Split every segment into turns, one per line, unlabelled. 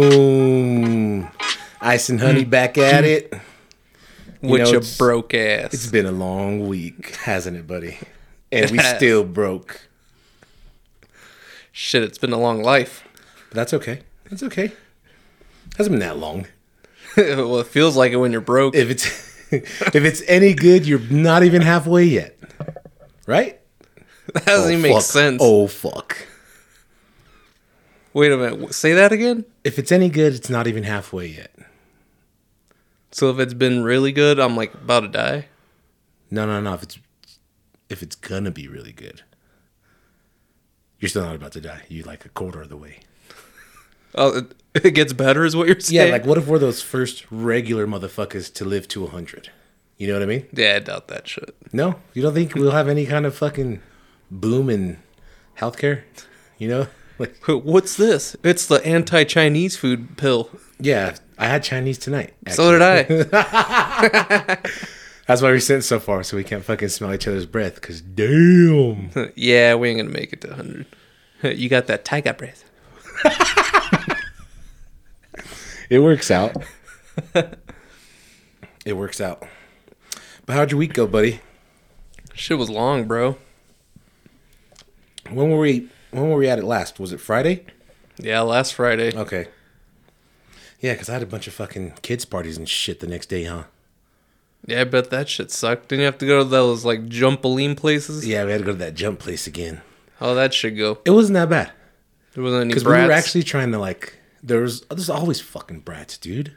Boom. Ice and
Hmm.
Honey back at it. You
with
know,
your
it's-
broke ass.
It's been a long week, hasn't it, buddy? And we still broke.
Shit, it's been a long life.
But that's okay. That's okay. Hasn't been that long.
well, it feels like it when you're broke.
If it's if it's any good, you're not even halfway yet. Right?
that doesn't even make
fuck.
sense.
Oh fuck.
Wait a minute. Say that again?
If it's any good, it's not even halfway yet.
So if it's been really good, I'm like about to die.
No, no, no. If it's if it's gonna be really good, you're still not about to die. You're like a quarter of the way.
Oh, it, it gets better, is what you're
Yeah,
saying.
like what if we're those first regular motherfuckers to live to hundred? You know what I mean?
yeah, I doubt that shit.
No, you don't think we'll have any kind of fucking boom in healthcare? You know, like
Wh- What's this? It's the anti-Chinese food pill.
yeah, I had Chinese tonight.
So
actually.
did I.
That's why we're sitting so far, so we can't fucking smell each other's breath. Cause damn,
yeah, we ain't gonna make it to 100. you got that tiger breath.
it works out. it works out. But how'd your week go, buddy?
Shit was long, bro.
When were we? When were we at it last? Was it Friday?
Yeah, last Friday.
Okay. Yeah, because I had a bunch of fucking kids parties and shit the next day, huh?
Yeah, I bet that shit sucked. Didn't you have to go to those like jumpaline places?
Yeah, we had to go to that jump place again.
Oh, that should go.
It wasn't that bad
There wasn't any
because
brats.
we were actually trying to like. There was there's always fucking brats, dude.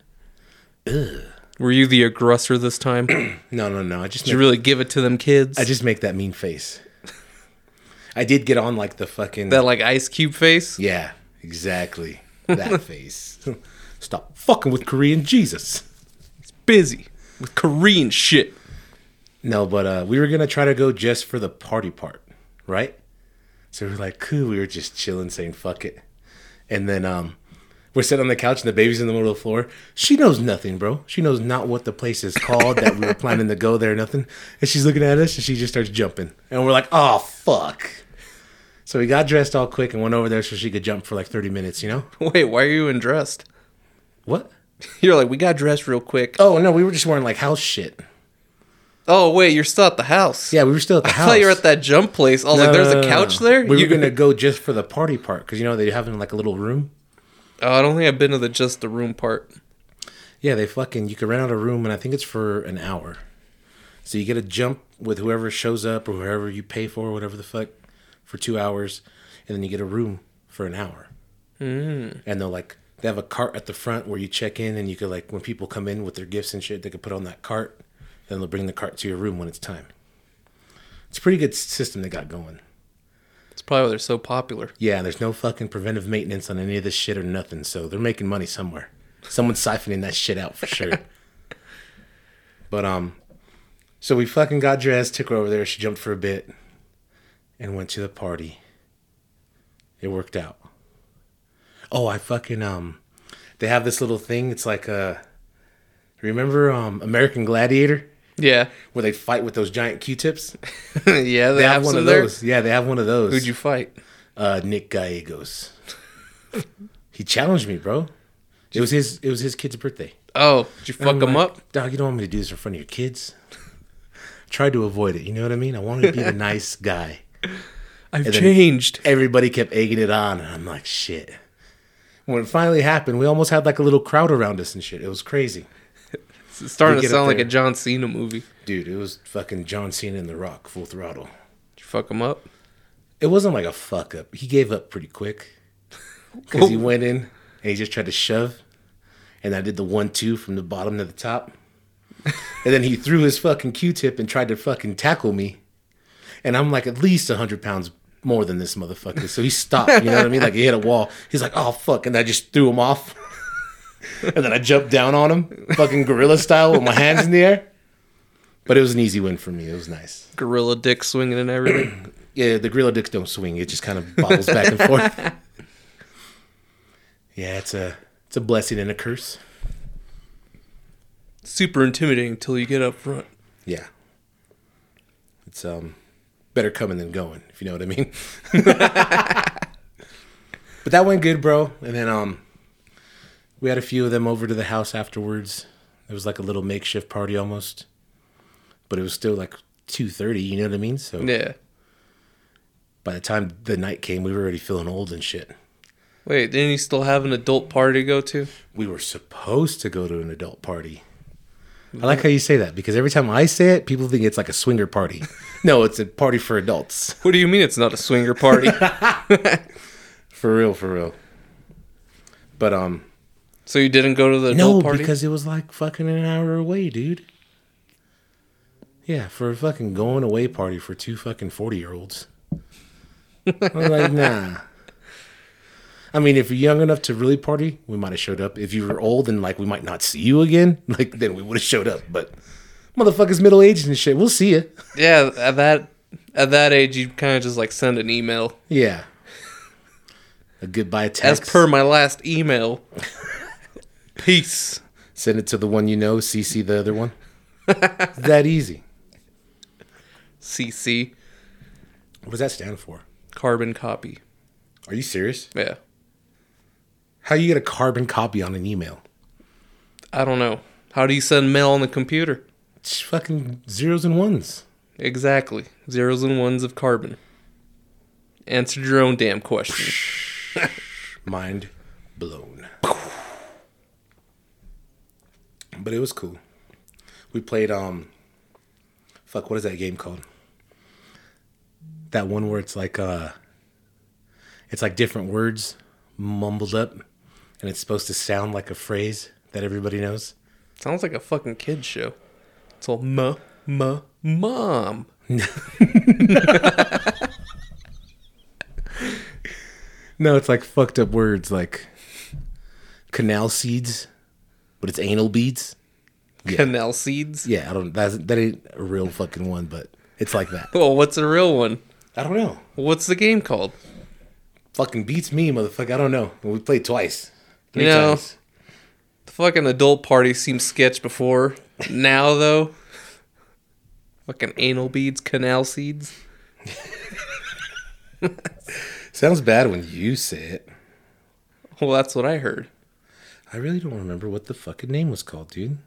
Were you the aggressor this time? Did
No, no, no. I just
you
make,
really give it to them kids?
I just make that mean face. I did get on like the fucking
that like ice cube face.
yeah, exactly that face. Stop fucking with Korean Jesus.
Busy with Korean shit.
No, but uh, we were gonna try to go just for the party part, right? So we were like, cool. We were just chilling, saying fuck it, and then um, we're sitting on the couch and the baby's in the middle of the floor. She knows nothing, bro. She knows not what the place is called that we were planning to go there, nothing. And she's looking at us and she just starts jumping, and we're like, oh fuck. So we got dressed all quick and went over there so she could jump for like thirty minutes, you know?
Wait, why are you undressed?
What?
You're like, we got dressed real quick. Oh,
Oh no, we were just wearing like house shit.
wait, you're still at the house.
Yeah, we were still at the
I
house.
thought you were at that jump place. I was like,
No,
there's
no,
a
no,
couch
no.
there.
Uh, We
You-
were gonna go just for the party part because you know they have in like a little room.
Oh, I don't think I've been to the just the room part.
Yeah, they fucking you can rent out a room and I think it's for an hour. So you get a jump with whoever shows up or whoever you pay for, whatever the fuck, for two hours, and then you get a room for an hour. Mm. And they'll like they have a cart at the front where you check in and you could like when people come in with their gifts and shit, they could put on that cart, then they'll bring the cart to your room when it's time. It's a pretty good system they got going.
It's probably why they're so popular.
Yeah, there's no fucking preventive maintenance on any of this shit or nothing, so they're making money somewhere. Someone's siphoning that shit out for sure. but um so we fucking got dressed, took her over there, she jumped for a bit, and went to the party. It worked out. Oh, I fucking um they have this little thing, it's like a remember um American Gladiator?
Yeah,
Where they fight with those giant Q tips?
yeah, they,
They
have,
have one
some
of
there.
those. Yeah, they have one of those
Who'd you fight?
uh, Nick Gallegos. he challenged me, bro. It was his. It was his kid's birthday.
Oh, did you fuck them up?
Dog, you don't want me to do this in front of your kids. Tried to avoid it. You know what I mean? I wanted to be the nice guy.
I've
then-
changed.
Everybody kept egging it on, and I'm like, shit. When it finally happened, we almost had like a little crowd around us and shit. It was crazy,
It's starting
They
to
get up
sound like a
there.
John Cena movie. Did
dude. It was fucking John Cena and The Rock, full throttle.
you fuck them up?
It wasn't like a fuck up. He gave up pretty quick because he went in and he just tried to shove, and I did the one two from the bottom to the top, and then he threw his fucking Q-tip and tried to fucking tackle me, and I'm like at least hundred pounds more than this motherfucker. So he stopped. You know what I mean? Like he hit a wall. He's like, oh fuck, and I just threw him off, and then I jumped down on him, fucking gorilla style with my hands in the air. But it was an easy win for me. It was nice.
Gorilla dick swinging and everything.
Yeah, the gorilla dicks don't swing. It just kind of bobbles back and forth. Yeah, it's a it's a blessing and a curse.
Super intimidating until you get up front.
Yeah. It's um better coming than going, if you know what I mean. but that went good, bro. And then um We had a few of them over to the house afterwards. It was like a little makeshift party almost, but it was still like two thirty. You know what I mean? So
Yeah.
by the time the night came, we were already feeling old and shit.
Wait, didn't he still have an adult party to go to?
We were supposed to go to an adult party. I like how you say that because every time I say it, people think it's like a swinger party. no, it's a party for adults.
What do you mean it's not a swinger party?
For real, for real. But um
so you didn't go to the
no,
adult party?
because it was like fucking an hour away, dude. Yeah, for a fucking going away party for two fucking 40-year-olds. I was like, nah. I mean, if you're young enough to really party, we might have showed up. If you were old and like we might not see you again, like then we would have showed up, but motherfuckers middle-aged and shit, we'll see you.
yeah, at that at that age you kind of just like send an email.
Yeah. A goodbye text.
As per my last email. Peace.
Send it to the one you know, CC the other one. It's that easy.
CC
What does that stand for?
carbon copy.
Are you serious?
Yeah.
How you get a carbon copy on an email?
I don't know. How do you send mail on the computer?
It's fucking zeros and ones.
Exactly. Zeros and ones of carbon. Answered your own damn question.
Mind blown. But it was cool. We played um fuck, what is that game called? That one where it's like uh it's like different words mumbled up and it's supposed to sound like a phrase that everybody knows.
Sounds like a fucking kid show. It's all ma ma mom.
No, it's like fucked up words like canal seeds, but it's anal beads.
Canal seeds.
Yeah, I don't. That's, that ain't a real fucking one, but it's like that.
Well, Oh, what's the real one?
I don't know.
What's the game called?
Fucking beats me, motherfucker. I don't know. We played twice, three
You know-
times.
The fucking adult party seems sketch before. Now though, fucking anal beads, canal seeds.
Sounds bad when you say it.
Well, Oh, that's what I heard.
I really don't remember what the fucking name was called, dude.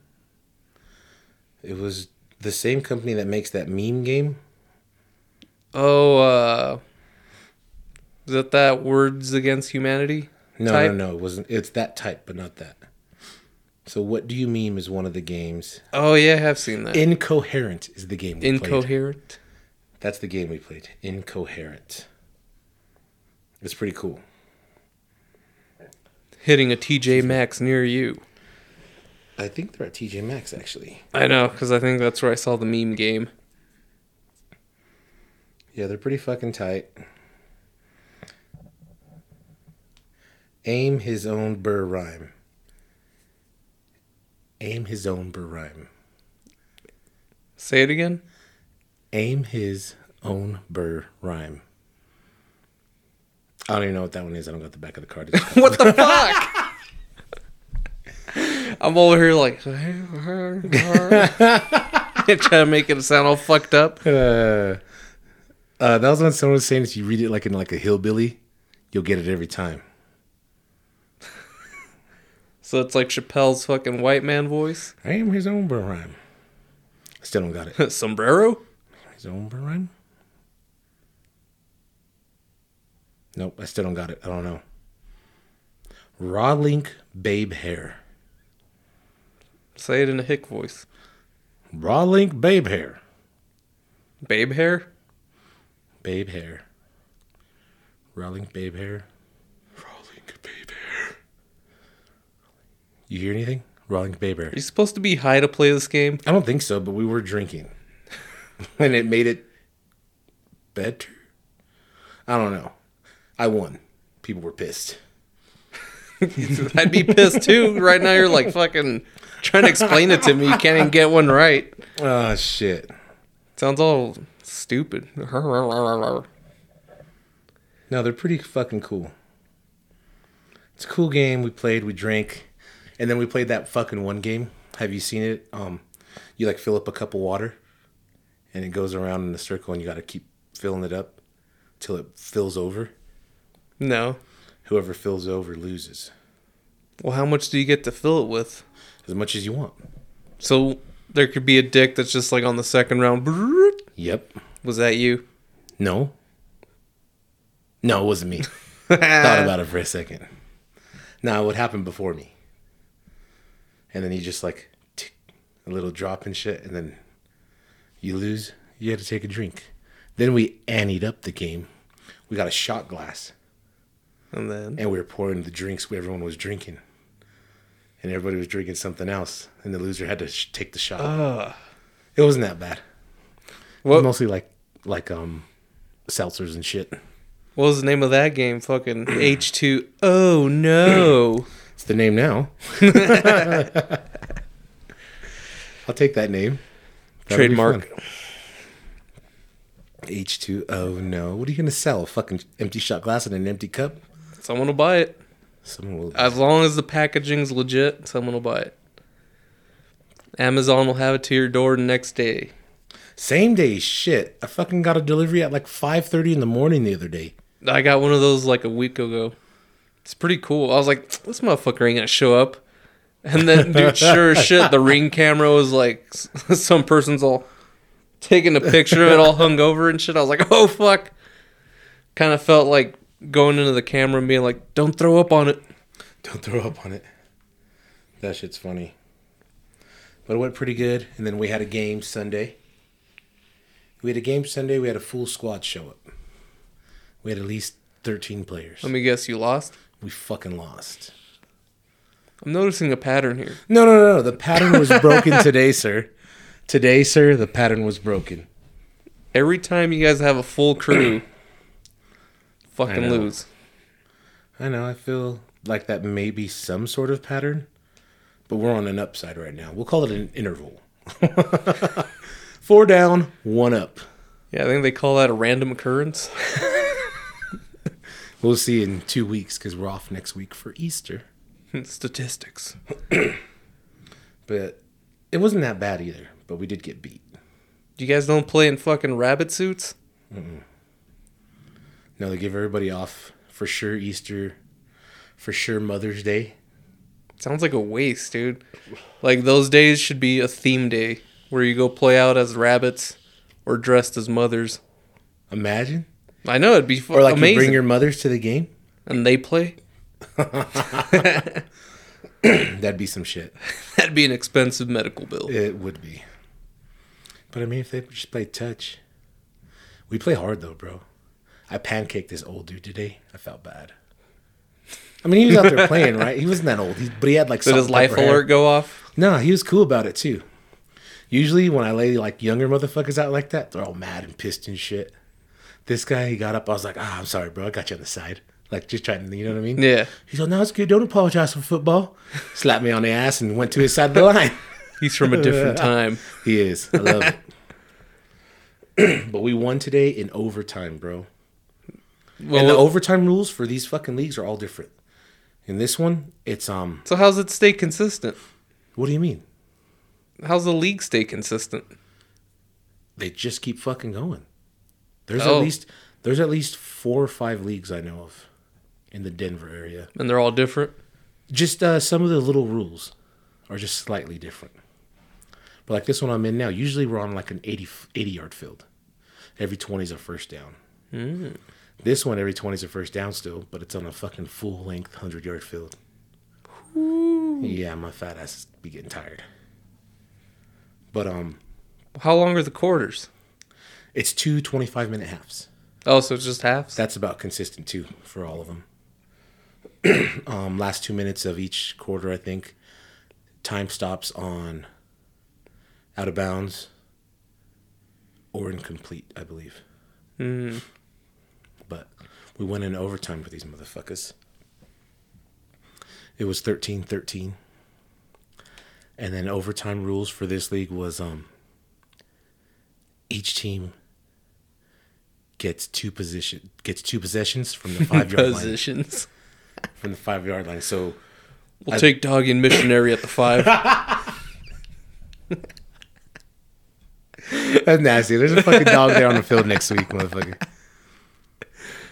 It was the same company that makes that meme game.
Oh, uh, is that that Words Against Humanity?
No,
type?
no, no. It wasn't. It's that type, but not that. So, what do you meme is one of the games.
Oh yeah, I have seen that.
Incoherent is the game. We Played.
Incoherent.
That's the game we played. Incoherent. It's pretty cool.
Hitting a TJ Maxx near you.
I think they're at TJ Maxx actually.
I know, because I think that's where I saw the meme game.
Yeah, they're pretty fucking tight. Aim his own burr rhyme. Aim his own burr rhyme.
Say it again.
Aim his own burr rhyme. I don't even know what that one is. I don't got the back of the card.
What the fuck? I'm over here like trying to make it sound all fucked up.
uh, uh, that was when someone was saying if you read it like in like a hillbilly, you'll get it every time.
So it's like Chappelle's fucking white man voice.
Aim his own burr rhyme. I still don't got it.
Sombrero?
His own burn rhyme? Nope, I still don't got it. I don't know. Raw link babe hair.
Say it in a hick voice.
Raw link babe hair.
Babe hair?
Babe hair. Raw link babe hair. Raw link babe hair. You hear anything? Raw link babe hair.
Are you supposed to be high to play this game?
I don't think so, but we were drinking. and it made it better. I don't know. I won. People were pissed.
I'd be pissed too. Right now you're like fucking trying to explain it to me. You can't even get one right.
Oh shit.
Sounds all stupid.
No, they're pretty fucking cool. It's a cool game. We played, we drank, and then we played that fucking one game. Have you seen it? Um, you like fill up a cup of water, and it goes around in a circle, and you got to keep filling it up till it fills over.
No.
Whoever fills over loses.
Well, how much do you get to fill it with?
as much as you want.
So there could be a dick that's just like on the second round. brrrt.
Yep.
Was that you?
No. No, it wasn't me. Thought
Thought
about it for a second. Now, what happened before me? And then you just like tick, a little drop and shit, and then you lose. You had to take a drink. Then we annied up the game. We got a shot glass,
And then
and we were pouring the drinks everyone was drinking, and everybody was drinking something else, and the loser had to sh- take the shot. It wasn't that bad. It was
what, what
mostly like like um seltzers and shit.
was the name of that game? Fucking H two. Oh no.
It's the name now. I'll take that name.
Trademark.
H two O. No, what are you gonna sell? A fucking empty shot glass and an empty cup.
Someone will buy it.
Someone will.
As long as the packaging's legit, someone will buy it. Amazon will have it to your door the next day.
Same day shit. I fucking got a delivery at like five thirty in the morning the other day.
I got one of those like a week ago. It's pretty cool. I was like, this motherfucker ain't gonna show up. And then, dude, sure as shit, the ring camera was like, s- some person's all taking a picture of it, all hungover and shit. I was like, oh fuck. Kind of felt like going into the camera and being like, don't throw up on it.
Don't throw up on it. That shit's funny. But it went pretty good. And then we had a game Sunday. We had a game Sunday. We had a full squad show up. We had at least 13 players.
Let me guess, you lost.
We fucking lost.
I'm noticing a pattern here.
No, no, no, no. The pattern was broken today, sir. Today, sir, the pattern was broken.
Every time you guys have a full crew,
I
fucking
know.
lose.
I know. I feel like that may be some sort of pattern, but we're on an upside right now. We'll call it an interval. Four down, one up.
Yeah, I think they call that a random occurrence.
We'll see in two weeks because we're off next week for Easter.
Statistics.
But it wasn't that bad either. But we did get beat.
You guys don't play in fucking rabbit suits?
No, they give everybody off for sure Easter, for sure Mother's Day.
Sounds like a waste, dude. Like those days should be a theme day where you go play out as rabbits or dressed as mothers.
Imagine.
I know it'd be fu-
Or like you
amazing.
bring your mothers to the game.
and they play.
That'd be some shit.
That'd be an expensive medical bill.
It would be. But I mean, if they just play touch, we play hard though, bro. I pancaked this old dude today. I felt bad. I mean, he was out there playing, right? He wasn't that old, he, but he had like.
Did his
salt and
life
pepper hair.
alert go off?
No, he was cool about it too. Usually, when I lay like younger motherfuckers out like that, they're all mad and pissed and shit. This guy, he got up. I was like, "Ah, I'm sorry, bro. I got you on the side." Like just trying to, you know what I mean?
Yeah.
He's like, "No, it's good. Don't apologize for football." Slapped me on the ass and went to his side of the line.
He's from a different time.
He is. I love it. but we won today in overtime, bro.
Well,
And the overtime rules for these fucking leagues are all different. In this one, it's um.
so how's it stay consistent?
What do you mean?
How's the league stay consistent?
They just keep fucking going. There's
Oh.
at least there's at least four or five leagues I know of in the Denver area.
And they're all different.
Just uh, some of the little rules are just slightly different. But like this one I'm in now, usually we're on like an 80, 80 yard field. Every 20 is a first down. This one, every 20 is a first down still, but it's on a fucking full length 100 yard field. Yeah, my fat ass is be getting tired. But um,
How long are the quarters?
it's two 25 minute halves.
Oh, so it's just halves.
That's about consistent too for all of them. um, last two minutes of each quarter, I think. Time stops on out of bounds or incomplete, I believe. But we went in overtime with these motherfuckers. It was 13 13. And then overtime rules for this league was um, each team gets two position gets two possessions from the five yard line
Positions.
from the five yard line. So
We'll take doggy and missionary at the five.
that's nasty. There's a fucking dog there on the field next week, motherfucker.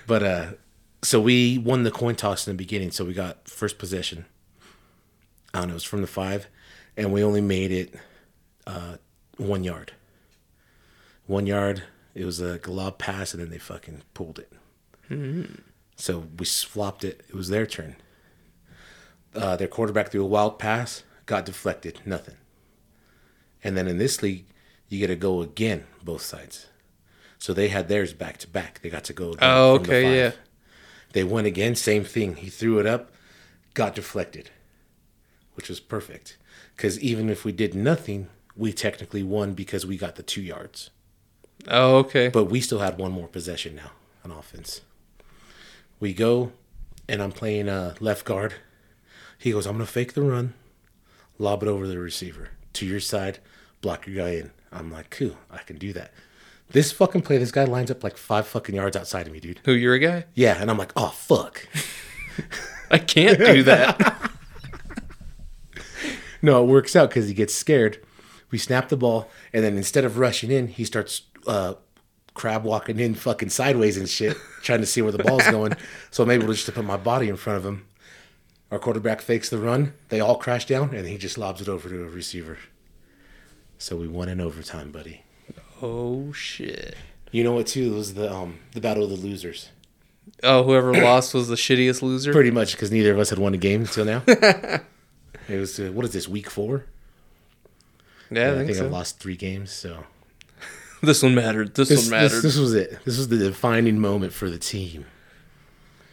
But uh, so we won the coin toss in the beginning, so we got first possession, I don't know, it was from the five, and we only made it uh, one yard. One yard. It was a lob pass, and then they fucking pulled it.
Mm-hmm.
So we flopped it. It was their turn. Uh, their quarterback threw a wild pass, got deflected, nothing. And then in this league, you get to go again, both sides. So they had theirs back to back. They got to go. Again
Oh,
from the
okay,
five.
yeah.
They went again, same thing. He threw it up, got deflected, which was perfect. Because even if we did nothing, we technically won because we got the two yards.
Oh, okay.
But we still had one more possession now on offense. We go, and I'm playing uh, left guard. He goes, I'm going to fake the run, lob it over the receiver to your side, block your guy in. I'm like, cool, I can do that. This fucking play, this guy lines up like five fucking yards outside of me, dude.
Who you're a guy?
Yeah, and I'm like, oh, fuck.
I can't do that.
No, it works out because he gets scared. We snap the ball, and then instead of rushing in, he starts uh, crab walking in fucking sideways and shit, trying to see where the ball's going. So I'm able to just put my body in front of him. Our quarterback fakes the run. They all crash down, and he just lobs it over to a receiver. So we won in overtime, buddy.
oh shit.
You know what? Too it was the um, the battle of the losers,
Oh, whoever lost was the shittiest loser.
pretty much, because neither of us had won a game until now. it was uh, what is this week four?
yeah, I
I
think,
think
so.
I've lost three games, so.
This one mattered. This,
this,
one
this-
mattered.
This, was it. This was the defining moment for the team.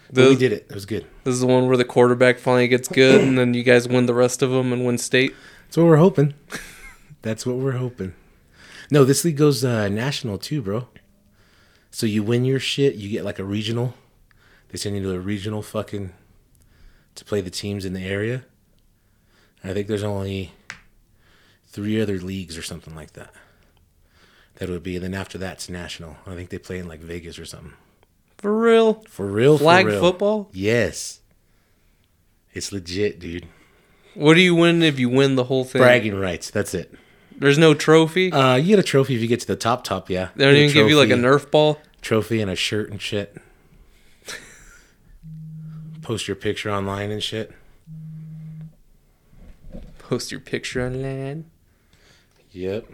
But
This-
we did it. It was good.
This is the one where the quarterback finally gets good, and then you guys win the rest of them and win state.
That's what we're hoping. That's what we're hoping. No, this league goes uh, national too, bro. So you win your shit, you get like a regional. They send you to a regional fucking to play the teams in the area. I think there's only three other leagues or something like that. That would be, and then after that's national. I think they play in like Vegas or something.
For real?
For real,
Flag
for real.
football?
Yes. It's legit, dude.
What do you win if you win the whole thing?
Bragging rights. That's it.
There's no trophy.
Uh, you get a trophy if you get to the top top. Yeah.
they don't
Get a
even give you like a
trophy-
Nerf ball.
trophy and a shirt and shit. Post your picture online and shit.
Post your picture online.
Yep.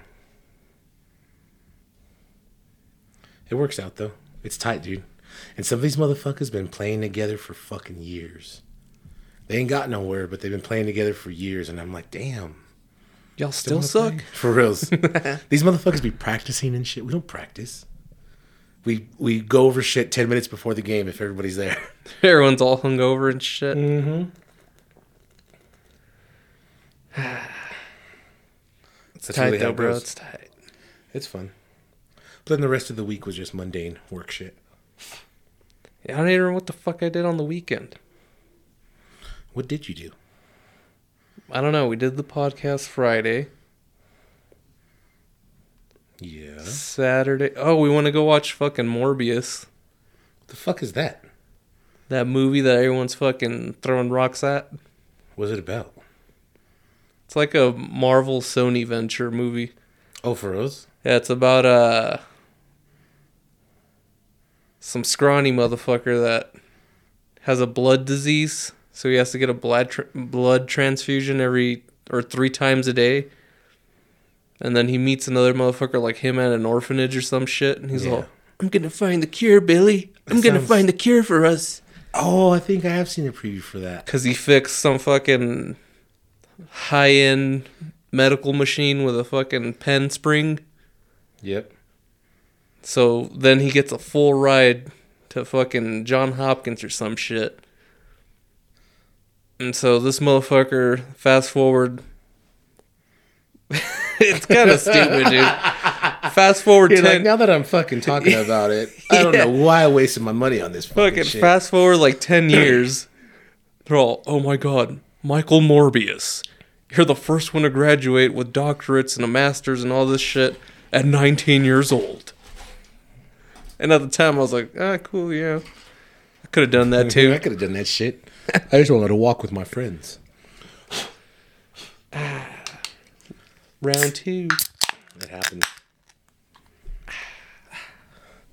It works out though. It's tight, dude. And some of these motherfuckers been playing together for fucking years. They ain't got nowhere, but they've been playing together for years, and I'm like, damn.
Y'all still
wanna
suck.
play? For reals. These motherfuckers be practicing and shit. We don't practice. We we go over shit ten minutes before the game if everybody's there.
Everyone's all hungover and shit.
Mm, It's
tight though, bro. It's tight.
It's fun. But then the rest of the week was just mundane work shit.
I don't even remember what the fuck I did on the weekend.
What did you do?
I don't know. We did the podcast Friday,
Yeah.
Saturday. Oh, we want to go watch fucking Morbius,
The fuck is that?
that movie that everyone's fucking throwing rocks at.
What's it about?
It's like a Marvel Sony venture movie.
Oh, for reals?
Yeah, it's about uh some scrawny motherfucker that has a blood disease, so he has to get a blood tr- blood transfusion every or three times a day. And then he meets another motherfucker like him at an orphanage or some shit, and he's
Yeah.
all, "I'm gonna find the cure, Billy. I'm
That
gonna
sounds-
find the cure for us."
Oh, I think I have seen a preview for that.
Cause he fixed some fucking high end medical machine with a fucking pen spring.
Yep.
So then he gets a full ride to fucking John Hopkins or some shit. And so this motherfucker, fast forward. it's kind of stupid, dude. Fast forward
You're
10.
like, now that I'm fucking talking about it, I don't
Yeah.
know why I wasted my money on this fucking,
fucking
shit.
fast forward like 10 years. They're all, oh my god, Michael Morbius. You're the first one to graduate with doctorates and a master's and all this shit at 19 years old. And at the time, I was like, ah, cool, yeah. I could have done that
Dude, I
too.
could have done that shit. I just wanted to walk with my friends.
Round two.
It happened.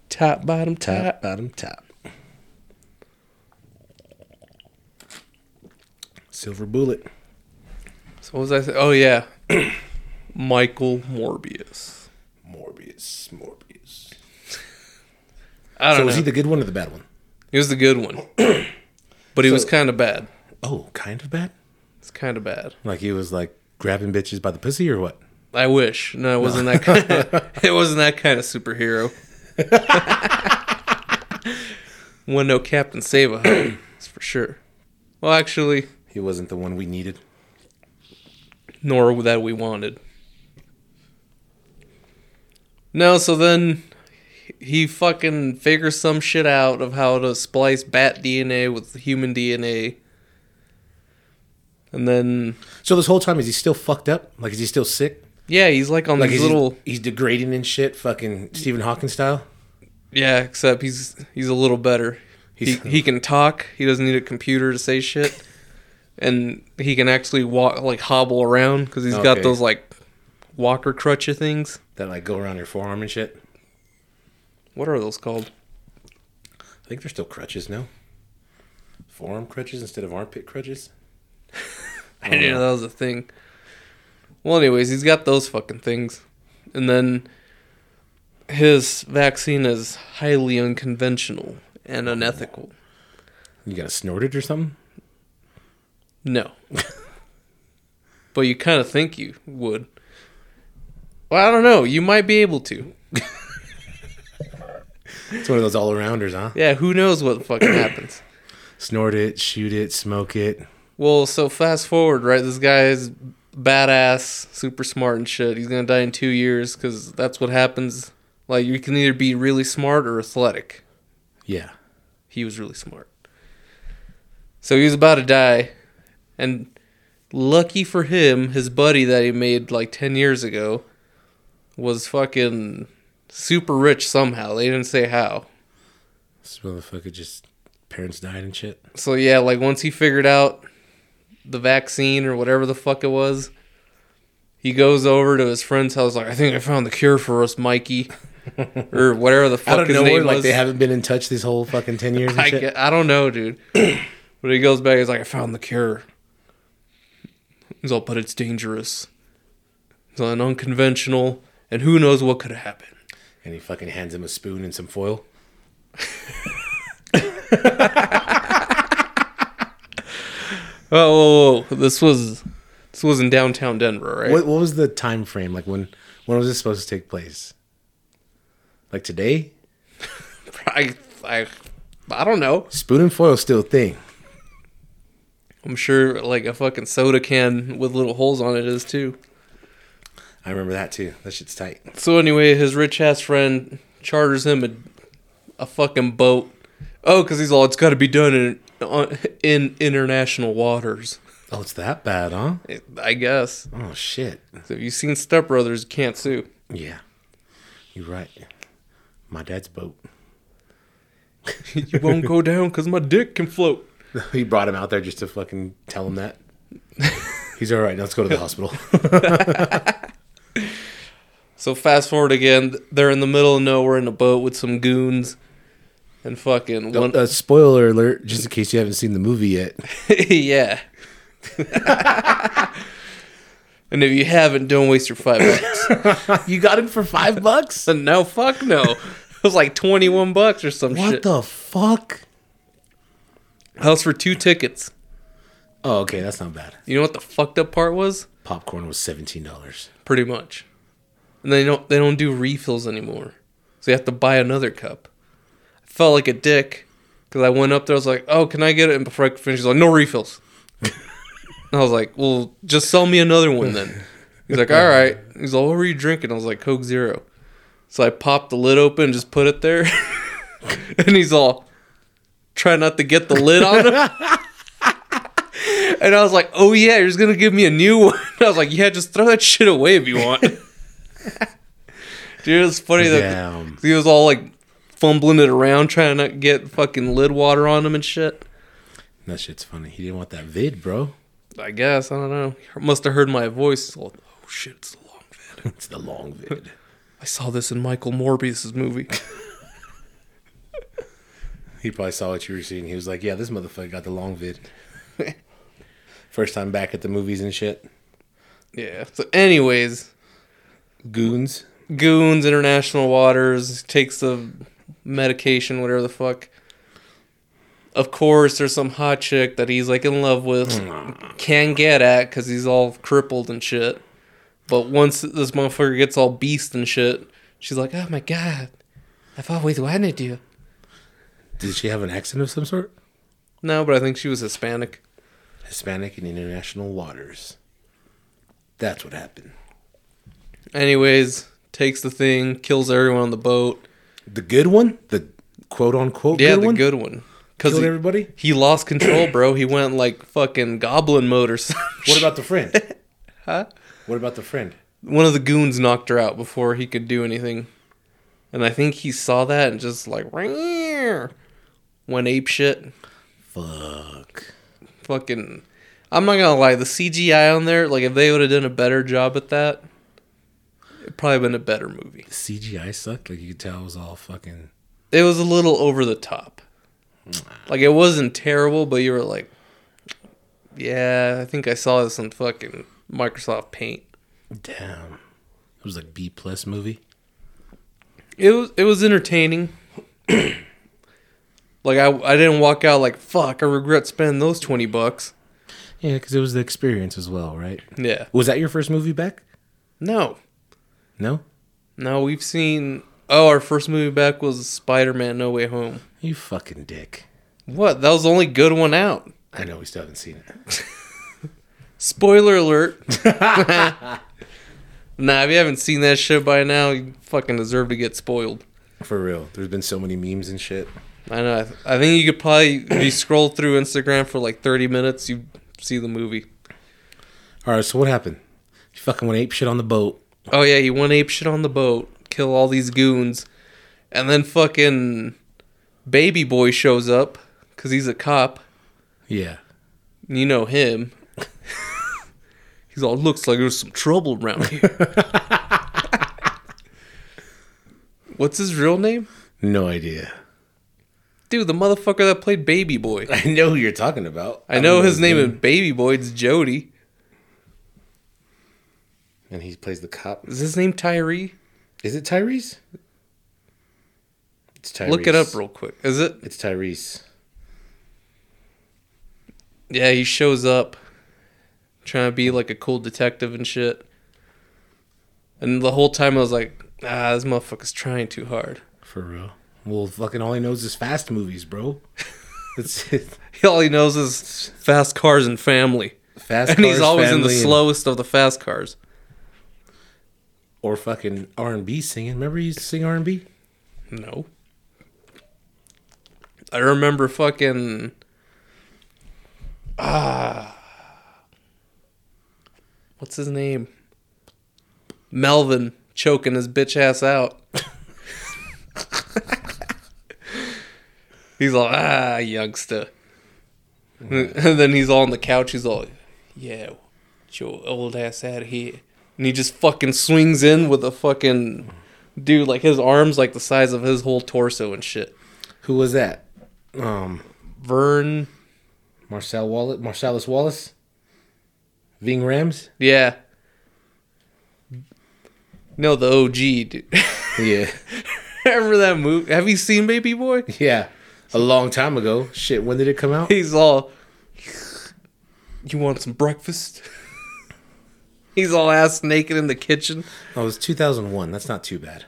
Top, bottom, top.
Top, bottom, top. Silver bullet.
what was I say? Oh yeah, Michael Morbius.
Morbius, Morbius.
I don't
So
know.
was
he,
he the good one or the bad one?
was the good one, but he was kind of bad.
Oh, kind of bad.
It's kind of bad.
Like he was like grabbing bitches by the pussy or what?
I wish. No, it wasn't that. Kind it wasn't that kind of superhero. One no Captain Save a hoe, that's for sure. Well, actually,
He wasn't the one we needed.
nor that we wanted. No, so then he fucking figures some shit out of how to splice bat DNA with human DNA. And then,
So this whole time is he still fucked up? Like is he still sick?
yeah, he's like on
Like
these
is
little.
he, he's degrading and shit, fucking Stephen Hawking style.
Yeah, except he's he's a little better. He
He's-
he can talk. He doesn't need a computer to say shit, and he can actually walk like hobble around because he's got
Okay.
those like walker crutcher things.
that like go around your forearm and shit.
What are those called?
I think they're still crutches now. Forearm crutches instead of armpit crutches.
I didn't know that was a thing. Well, anyways, he's got those fucking things, and then his vaccine is highly unconventional and unethical.
You got to snort it or something?
No. but you kind of think you would. Well, I don't know. You might be able to.
It's one of those all arounders, huh?
Yeah, who knows what fucking happens.
Snort it, shoot it, smoke it.
Well, so fast forward, right? This guy is badass, super smart and shit. He's going to die in two years because that's what happens. Like, you can either be really smart or athletic.
Yeah.
He was really smart. So he was about to die. And lucky for him, his buddy that he made like 10 years ago was fucking super rich somehow. They didn't say how.
This motherfucker just parents died and shit.
So yeah, like once he figured out the vaccine or whatever the fuck it was, he goes over to his friend's house like, I think I found the cure for us, Mikey. or whatever the fuck
Out of
his
nowhere,
name
like
was.
they haven't been in touch this whole fucking ten years and
I,
shit.
gue- I don't know, dude. but he goes back. He's like, I found the cure. He's all, but it's dangerous. It's an unconventional, and who knows what could happen.
And he fucking hands him a spoon and some foil.
Oh, whoa, whoa, whoa. this was this was in downtown Denver, right?
What what was the time frame? Like when when was this supposed to take place? Like today?
I, I I don't know.
Spoon and foil still a thing.
I'm sure like a fucking soda can with little holes on it is too.
I remember that too. That shit's tight.
So anyway, his rich ass friend charters him a, a fucking boat. Oh, because he's all it's got to be done in on, in international waters.
Oh, it's that bad, huh?
I guess.
Oh shit.
So if you've seen Step Brothers, you can't sue.
Yeah. You're right. My dad's boat.
You won't go down because my dick can float.
he brought him out there just to fucking tell him that. He's all right. Now let's go to the hospital.
So fast forward again. They're in the middle of nowhere in a boat with some goons, and fucking one.
uh, spoiler alert, just in case you haven't seen the movie yet.
yeah. and if you haven't, don't waste your five bucks.
you got it for five bucks?
So no, fuck no. It was like twenty one bucks or some
What
shit.
the fuck?
I was for two tickets.
Oh, okay. That's not bad.
You know what the fucked up part was?
Popcorn was $17.
Pretty much. And they don't they don't do refills anymore, so you have to buy another cup. I felt like a dick because I went up there. I was like, "Oh, can I get it?" And before I could finish, he's like, "No refills." and I was like, "Well, just sell me another one then." He's like, "All right." He's like, "What were you drinking?" I was like, "Coke Zero. So I popped the lid open and just put it there, and he's all trying not to get the lid on him. And I was like, "Oh yeah, you're just gonna give me a new one." I was like, "Yeah, just throw that shit away if you want." Dude, it's funny that
Damn.
he was all like fumbling it around, trying to not get fucking lid water on him and shit.
That shit's funny. He didn't want that vid, bro.
I guess I don't know. He Must have heard my voice. Oh shit, it's a long vid.
It's the long vid.
I saw this in Michael Morbius's movie.
He probably saw what you were seeing. He was like, yeah, this motherfucker got the long vid. First time back at the movies and shit.
Yeah. So, anyways,
Goons.
goons, international waters, takes the medication, whatever the fuck. Of course, there's some hot chick that he's like in love with,
Mm.
can get at because he's all crippled and shit. But once this motherfucker gets all beast and shit, she's like, oh my god, I've always wanted you.
Did she have an accent of some sort?
No, but I think she was Hispanic.
Hispanic and international waters. That's what happened.
Anyways, takes the thing, kills everyone on the boat.
The good one, the quote unquote
Yeah,
good
the
one,
good one. Because
killed everybody.
He lost control, bro. He went like fucking goblin mode or something.
What about the friend? huh? What about the friend?
One of the goons knocked her out before he could do anything. And I think he saw that and just like "Rrrr," went ape shit.
Fuck.
Fucking I'm not gonna lie, the CGI on there, like if they would have done a better job at that, it'd probably been a better movie.
The CGI sucked. Like you could tell, it was all fucking.
It was a little over the top. Like it wasn't terrible, but you were like Yeah, I think I saw this on fucking Microsoft Paint.
Damn. It was like B plus movie.
It was it was entertaining. like I I didn't walk out like fuck. I regret spending those twenty bucks.
Yeah, because it was the experience as well, right?
Yeah.
Was that your first movie back?
No.
No.
No, we've seen. Oh, our first movie back was Spider Man No Way Home.
You fucking dick.
What? That was the only good one out.
I know we still haven't seen it.
Spoiler alert. nah, if you haven't seen that shit by now, you fucking deserve to get spoiled.
For real. There's been so many memes and shit.
I know. I, th- I think you could probably if you scroll through Instagram for like thirty minutes, you see the movie.
All right, so what happened? You fucking went ape shit on the boat.
Oh yeah, he went ape shit on the boat, kill all these goons, and then fucking baby boy shows up because he's a cop.
Yeah.
You know him. he's all looks like there's some trouble around here. What's his real name?
No idea.
Dude, the motherfucker that played Baby Boy.
I know who you're talking about.
I know his name
is.
in Baby Boy. It's Jody.
And he plays the cop.
Is his name Tyree?
Is it Tyrese? It's Tyrese.
Look it up real quick. Is it?
It's Tyrese.
Yeah, he shows up trying to be like a cool detective and shit. And the whole time I was like, ah, this motherfucker's trying too hard.
For real. Well, fucking all he knows is fast movies, bro. That's it.
All he knows is fast cars and family.
Fast
And he's
cars,
always in the
family, and-
slowest of the fast cars.
or fucking R and B singing. Remember he used to sing R and B?
No. I remember fucking. Ah. What's his name? Melvin choking his bitch ass out. he's all, ah, youngster. And then he's all on the couch. He's all, yeah, get your old ass out of here. And he just fucking swings in with a fucking dude, like his arms, like the size of his whole torso and shit.
Who was that? Um,
Vern,
Marcel Wallace, Marcellus Wallace, Ving Rams.
yeah. No, the OG, dude.
Yeah,
Remember that movie? Have you seen Baby Boy?
yeah. A long time ago. Shit, when did it come out?
He's all, you want some breakfast? He's all ass naked in the kitchen.
Oh, it was 2001. That's not too bad.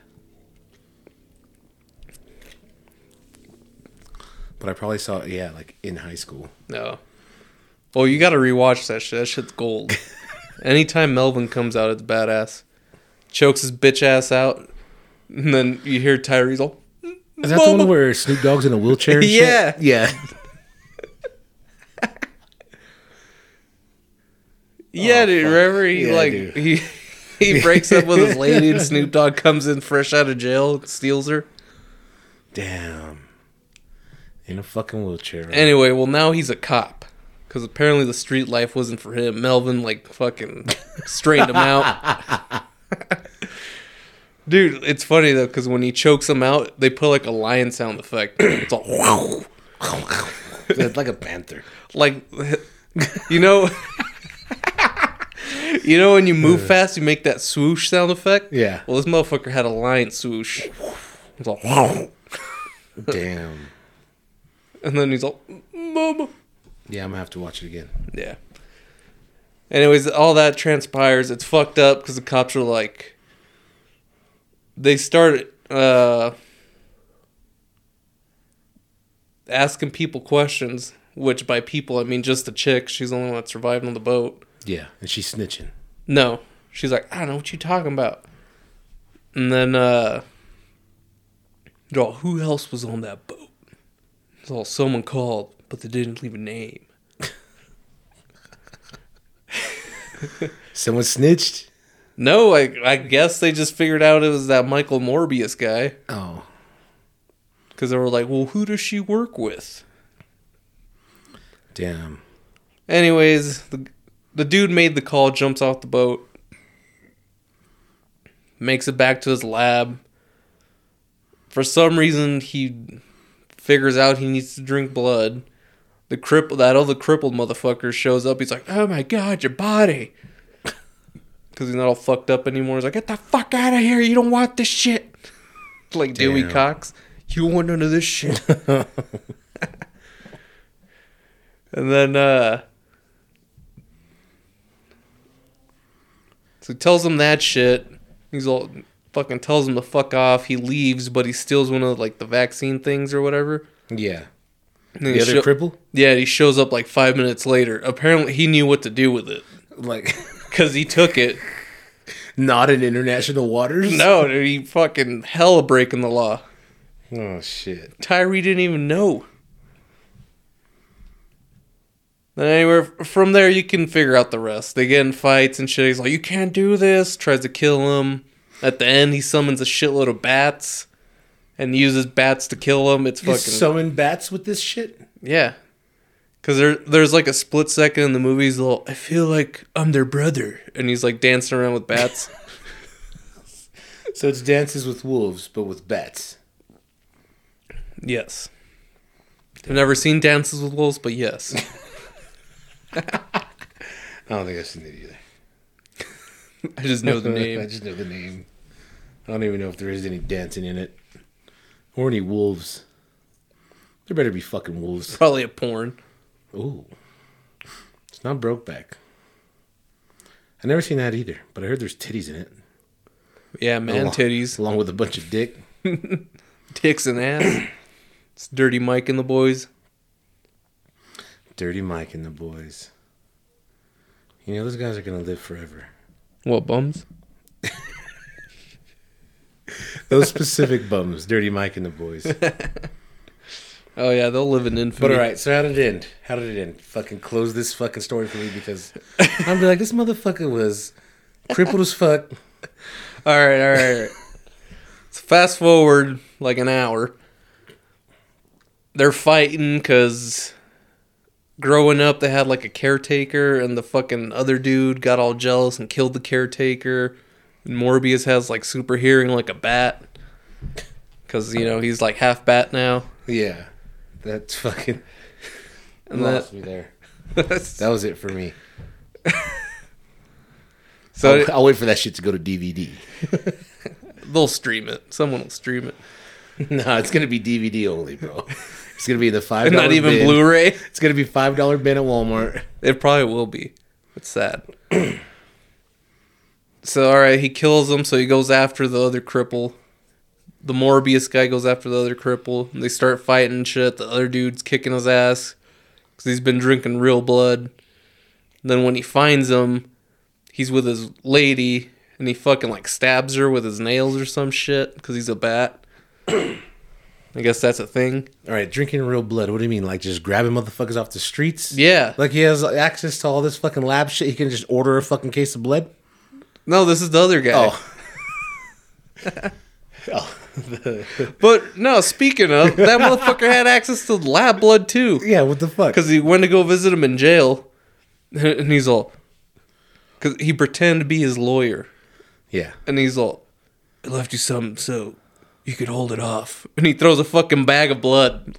But I probably saw it, yeah, like in high school.
No. Oh, you gotta rewatch that shit. That shit's gold. Anytime Melvin comes out, it's badass. Chokes his bitch ass out, and then you hear Tyrese all,
Is that the
Mama.
one where Snoop Dogg's in a wheelchair? and shit?
Yeah.
yeah.
Yeah,
Oh,
dude.
fuck.
Remember he
Yeah, I
like
do.
he he breaks up with his lady, and Snoop Dogg comes in fresh out of jail, and steals her.
Damn. In a fucking wheelchair. right?
Anyway, well now he's a cop because apparently the street life wasn't for him. Melvin like fucking strained him out. Dude, it's funny though because when he chokes him out, they put like a lion sound effect. It's all wow,
it's like a panther.
like you know. You know when you move fast, you make that swoosh sound effect.
Yeah.
Well, this motherfucker had a lion swoosh. He's like,
Damn.
and then he's like, "Mama."
Yeah, I'm gonna have to watch it again.
Yeah. Anyways, all that transpires. It's fucked up because the cops are like, they start uh, asking people questions. Which by people I mean just the chick. She's the only one that survived on the boat.
Yeah, and she's snitching.
No, she's like, I don't know what you talking about. And then, uh, they're all, who else was on that boat? It's all someone called, but they didn't leave a name.
Someone snitched.
No, I I guess they just figured out it was that Michael Morbius guy
Oh,
because they were like, "Well, who does she work with?"
damn.
Anyways, the the dude made the call, jumps off the boat, makes it back to his lab. For some reason, he figures out he needs to drink blood. The cripple, that other crippled motherfucker shows up. He's like, "Oh my god, your body!" Because he's not all fucked up anymore. He's like, "Get the fuck out of here! You don't want this shit." like Dewey
Damn.
Cox, you want none of this shit. and then, uh, So he tells him that shit. He's all fucking tells him to fuck off. He leaves, but he steals one of like the vaccine things or whatever.
Yeah.
And then
The
he
other
sho-
cripple.
yeah, he shows up like five minutes later. Apparently, he knew what to do with it
Like,
because he took it.
not in international waters.
No, dude, he fucking hella breaking the law.
Oh shit.
Tyree didn't even know. Then anywhere from there, you can figure out the rest. They get in fights and shit. He's like, "You can't do this." Tries to kill him. At the end, he summons a shitload of bats, and uses bats to kill him. It's
You
fucking
summon bats with this shit.
yeah. Cause there, there's like a split second in the movies. Little, I feel like I'm their brother, and he's like dancing around with bats.
So it's dances with wolves, but with bats.
yes. I've never seen Dances with Wolves, but yes.
I don't think I've seen it either.
I just know the
I
name.
just know the name. I don't even know if there is any dancing in it, or any wolves. There better be fucking wolves.
Probably a porn.
Ooh, it's not Brokeback. I never seen that either, but I heard there's titties in it,
Yeah, man,
Along-
titties,
along with a bunch of dick.
dicks, and ass. it's Dirty Mike and the boys.
Dirty Mike and the boys. You know those guys are gonna live forever.
What bums?
Those specific bums, Dirty Mike and the boys.
Oh yeah, they'll live in infamy.
But all right, so how did it end? How did it end? Fucking close this fucking story for me because I'm be like, this motherfucker was crippled as fuck.
all right, all right. All right. so fast forward like an hour. They're fighting because growing up, they had like a caretaker, and the fucking other dude got all jealous and killed the caretaker. And Morbius has like super hearing, like a bat, because you know he's like half bat now.
Yeah, that's fucking
And
lost me there. That was it for me.
so
I'll, I'll wait for that shit to go to DVD.
They'll stream it. Someone will stream it.
no, it's gonna be DVD only, bro. It's gonna be in the five.
And not even
bin.
Blu-ray.
It's gonna be five dollar bin at Walmart.
It probably will be. It's sad. so all right, he kills him. So he goes after the other cripple. The Morbius guy goes after the other cripple. And they start fighting and shit. The other dude's kicking his ass because he's been drinking real blood. Then when he finds him, he's with his lady and he fucking like stabs her with his nails or some shit because he's a bat. I guess that's a thing.
All right, drinking real blood. What do you mean? Like just grabbing motherfuckers off the streets?
Yeah.
Like he has access to all this fucking lab shit. He can just order a fucking case of blood.
No, this is the other guy.
Oh. oh.
But no, speaking of, that motherfucker had access to lab blood too.
Yeah, what the fuck?
Because he went to go visit him in jail. And he's all. Because he pretended to be his lawyer.
Yeah.
And he's all. I left you something so you could hold it off. And he throws a fucking bag of blood.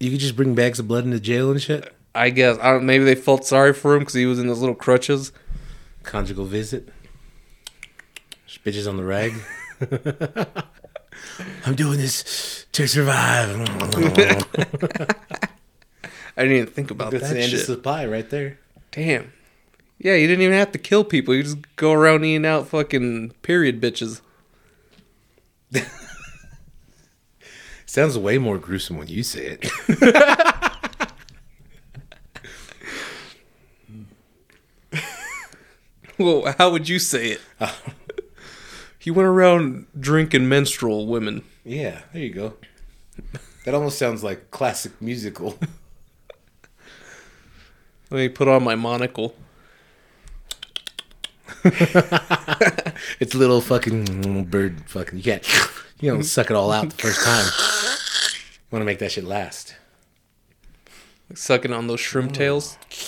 You could just bring bags of blood into jail and shit?
I guess. I don't, maybe they felt sorry for him because he was in his little crutches.
Conjugal visit. Just Bitches on the rag. I'm doing this to survive. That's
I didn't even think about
the
that
end of
shit.
supply right there.
Damn. Yeah, you didn't even have to kill people. You just go around eating out fucking period bitches.
Sounds way more gruesome when you say it.
Well, how would you say it? he went around drinking menstrual women.
yeah, there you go. That almost sounds like classic musical.
Let me put on my monocle.
It's little fucking bird fucking. You can't, you don't suck it all out the first time. You want to make that shit last.
Like sucking on those shrimp tails.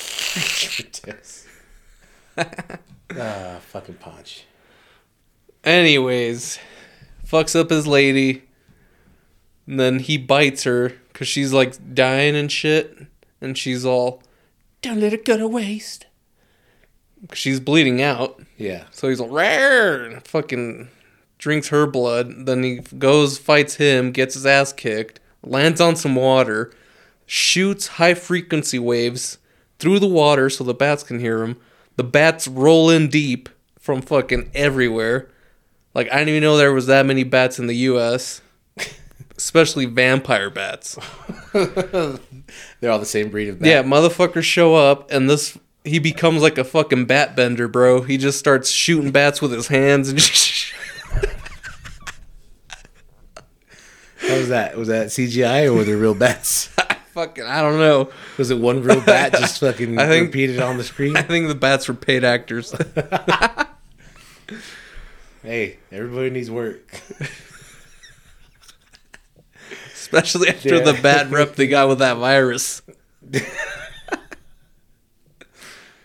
ah, fucking punch.
Anyways, fucks up his lady. And then he bites her because she's like dying and shit. And she's all, don't let it go to waste. 'Cause She's bleeding out.
Yeah.
So he's like, rare, and fucking drinks her blood. Then he goes, fights him, gets his ass kicked, lands on some water, shoots high frequency waves through the water so the bats can hear him. The bats roll in deep from fucking everywhere. Like, I didn't even know there was that many bats in the U.S., especially vampire bats.
They're all the same breed of bat.
Yeah, motherfuckers show up, and this he becomes like a fucking bat bender, bro. He just starts shooting bats with his hands and.
How was that? Was that CGI or were there real bats?
fucking I don't know.
Was it one real bat just fucking
I think-
repeated on the screen?
I think the bats were paid actors.
Hey, everybody needs work.
Especially after
Yeah.
the bad rep they got with that virus.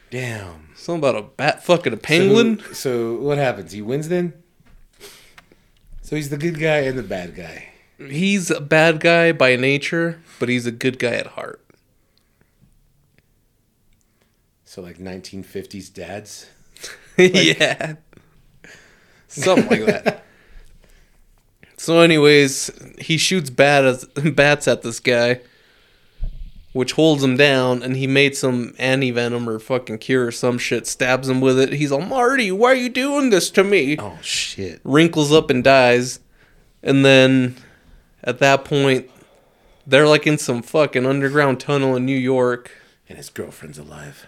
Damn.
Something about a bat fucking a penguin?
So, so what happens? He wins then? So he's the good guy and the bad guy.
He's a bad guy by nature, but he's a good guy at heart.
So like 1950s dads.
yeah. Something like that. So, anyways, he shoots bat as, bats at this guy, which holds him down, and he made some anti-venom or fucking cure or some shit, stabs him with it. He's all, Marty, why are you doing this to me?
Oh shit.
wrinkles up and dies. And then at that point, they're like in some fucking underground tunnel in New York.
And his girlfriend's alive.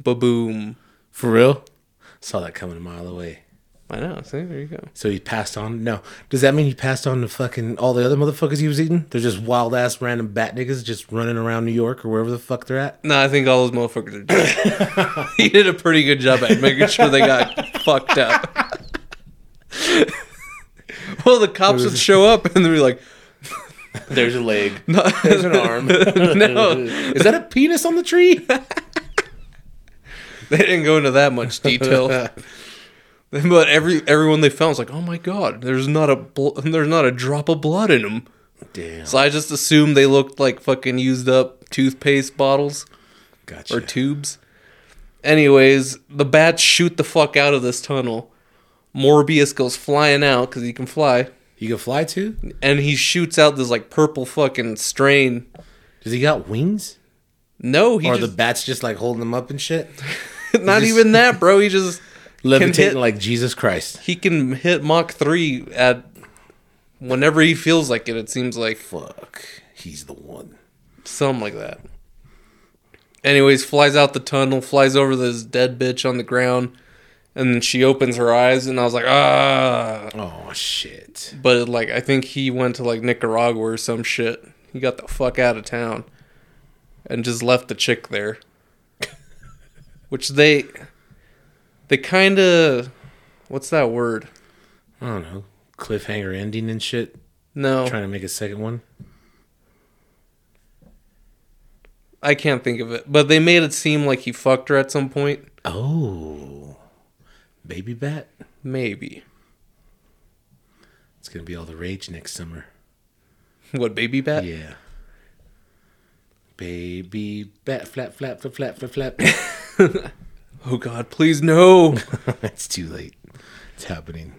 Ba boom.
For real? Saw that coming a mile away.
I know. See, there you go.
So he passed on? No. Does that mean he passed on to fucking all the other motherfuckers he was eating? They're just wild ass random bat niggas just running around New York or wherever the fuck they're at?
No, I think all those motherfuckers are dead. he did a pretty good job at making sure they got fucked up. well, the cops would show up and they'd be like,
There's a leg.
no.
There's an arm.
no,
Is that a penis on the tree?
they didn't go into that much detail. But every everyone they found was like, "Oh my god, there's not a bl- there's not a drop of blood in them."
Damn.
So I just assumed they looked like fucking used up toothpaste bottles
Gotcha.
or tubes. Anyways, the bats shoot the fuck out of this tunnel. Morbius goes flying out because he can fly,
you can fly too?
and he shoots out this like purple fucking strain.
Does he got wings?
No, he
or the
just,
bats just like holding him up and shit?
not
just-
even that, bro. He just
Levitating
hit-
like Jesus Christ.
he can hit Mach three at whenever he feels like it. It seems like.
Fuck. He's the one.
Something like that. Anyways, flies out the tunnel, flies over this dead bitch on the ground, and then she opens her eyes, and I was like, ah.
Oh shit.
But like, I think he went to like Nicaragua or some shit. He got the fuck out of town, and just left the chick there. Which they, they kind of, what's that word?
I don't know. Cliffhanger ending and shit.
No,
Trying to make a second one.
I can't think of it. But they made it seem like he fucked her at some point.
Oh. Baby bat?
Maybe.
It's gonna be all the rage next summer.
What baby bat?
Yeah. Baby bat flap flap flap flap flap flap.
oh God, please no.
it's too late. It's happening.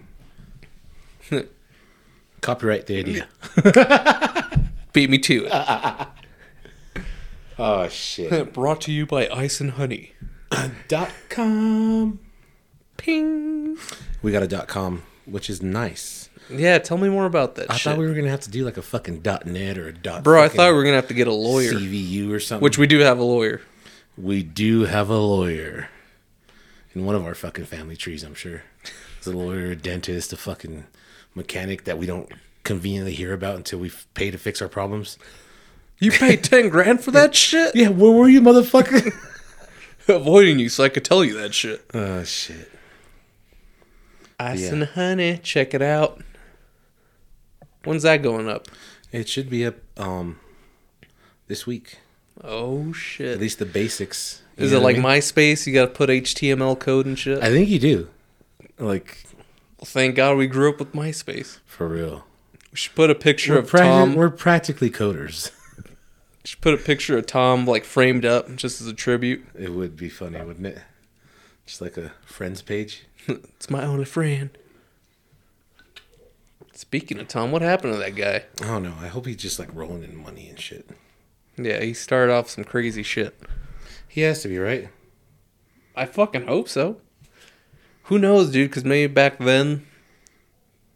Copyright the idea.
Beat me to it.
Oh shit.
Brought to you by Ice and Honey.
dot com.
Ping.
We got a dot com, which is nice.
Yeah, tell me more about that
I
shit.
thought we were gonna have to do like a fucking dot net or a dot.
Bro, I
fucking
thought we were going to have to get a lawyer,
CVU or something.
which we do have a lawyer.
we do have a lawyer in one of our fucking family trees. I'm sure. There's a lawyer, a dentist, a fucking mechanic that we don't conveniently hear about until we f- pay to fix our problems.
You paid 10 grand for that shit?
Yeah, where were you, motherfucker?
Avoiding you so I could tell you that shit.
oh shit.
Ice
Yeah.
and Honey, check it out. When's that going up?
It should be up um this week.
Oh shit.
At least the basics. You
Is
know
it
what I
like
mean?
MySpace? You got to put HTML code and shit.
I think you do. Like
Thank God we grew up with MySpace.
for real.
We should put a picture
We're,
of
practi-
Tom. We
we're practically coders.
should put a picture of Tom like framed up just as a tribute.
It would be funny, wouldn't it? Just like a friends page.
it's my only friend. Speaking of Tom, what happened to that guy?
I don't know. I hope he's just like rolling in money and shit.
Yeah, he started off some crazy shit.
He has to be right.
I fucking hope so. Who knows, dude? Because maybe back then,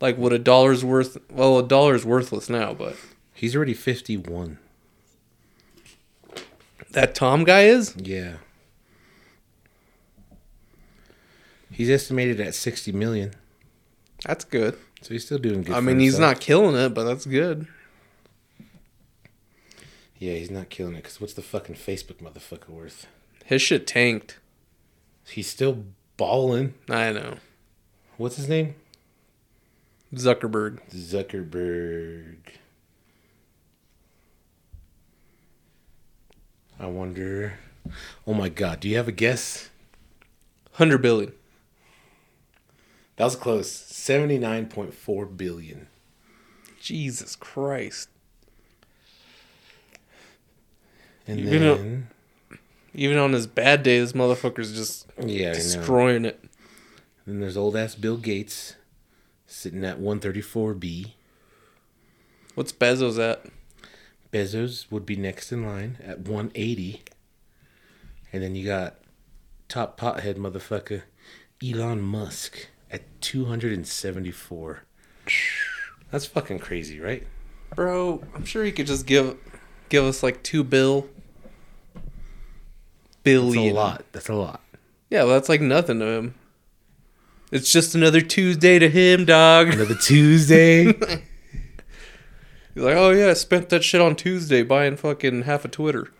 like, what a dollar's worth. Well, a dollar's worthless now, but
He's already fifty-one.
that Tom guy is.
Yeah. He's estimated at sixty million,
That's good.
so he's still doing good.
I
for
mean, he's
himself.
not killing it, but that's good.
Yeah, he's not killing it. Cause what's the fucking Facebook motherfucker worth?
His shit tanked.
He's still balling.
I know.
What's his name?
Zuckerberg.
Zuckerberg. I wonder. Oh my God! Do you have a guess?
100 billion.
That was close. Seventy-nine point four billion.
Jesus Christ.
And
You gonna-
then,
Even on his bad day, this motherfucker's just
yeah, I know.
destroying it.
Then there's old ass Bill Gates sitting at one thirty-four B.
What's Bezos at?
Bezos would be next in line at 180. And then you got top pothead motherfucker Elon Musk at 274. That's fucking crazy, right?
Bro, I'm sure he could just give give us like 2 bill.
That's
Billion.
a lot. That's a lot.
Yeah, well, that's like nothing to him. It's just another Tuesday to him, dog.
Another Tuesday.
He's like, oh yeah, I spent that shit on Tuesday buying fucking half a Twitter.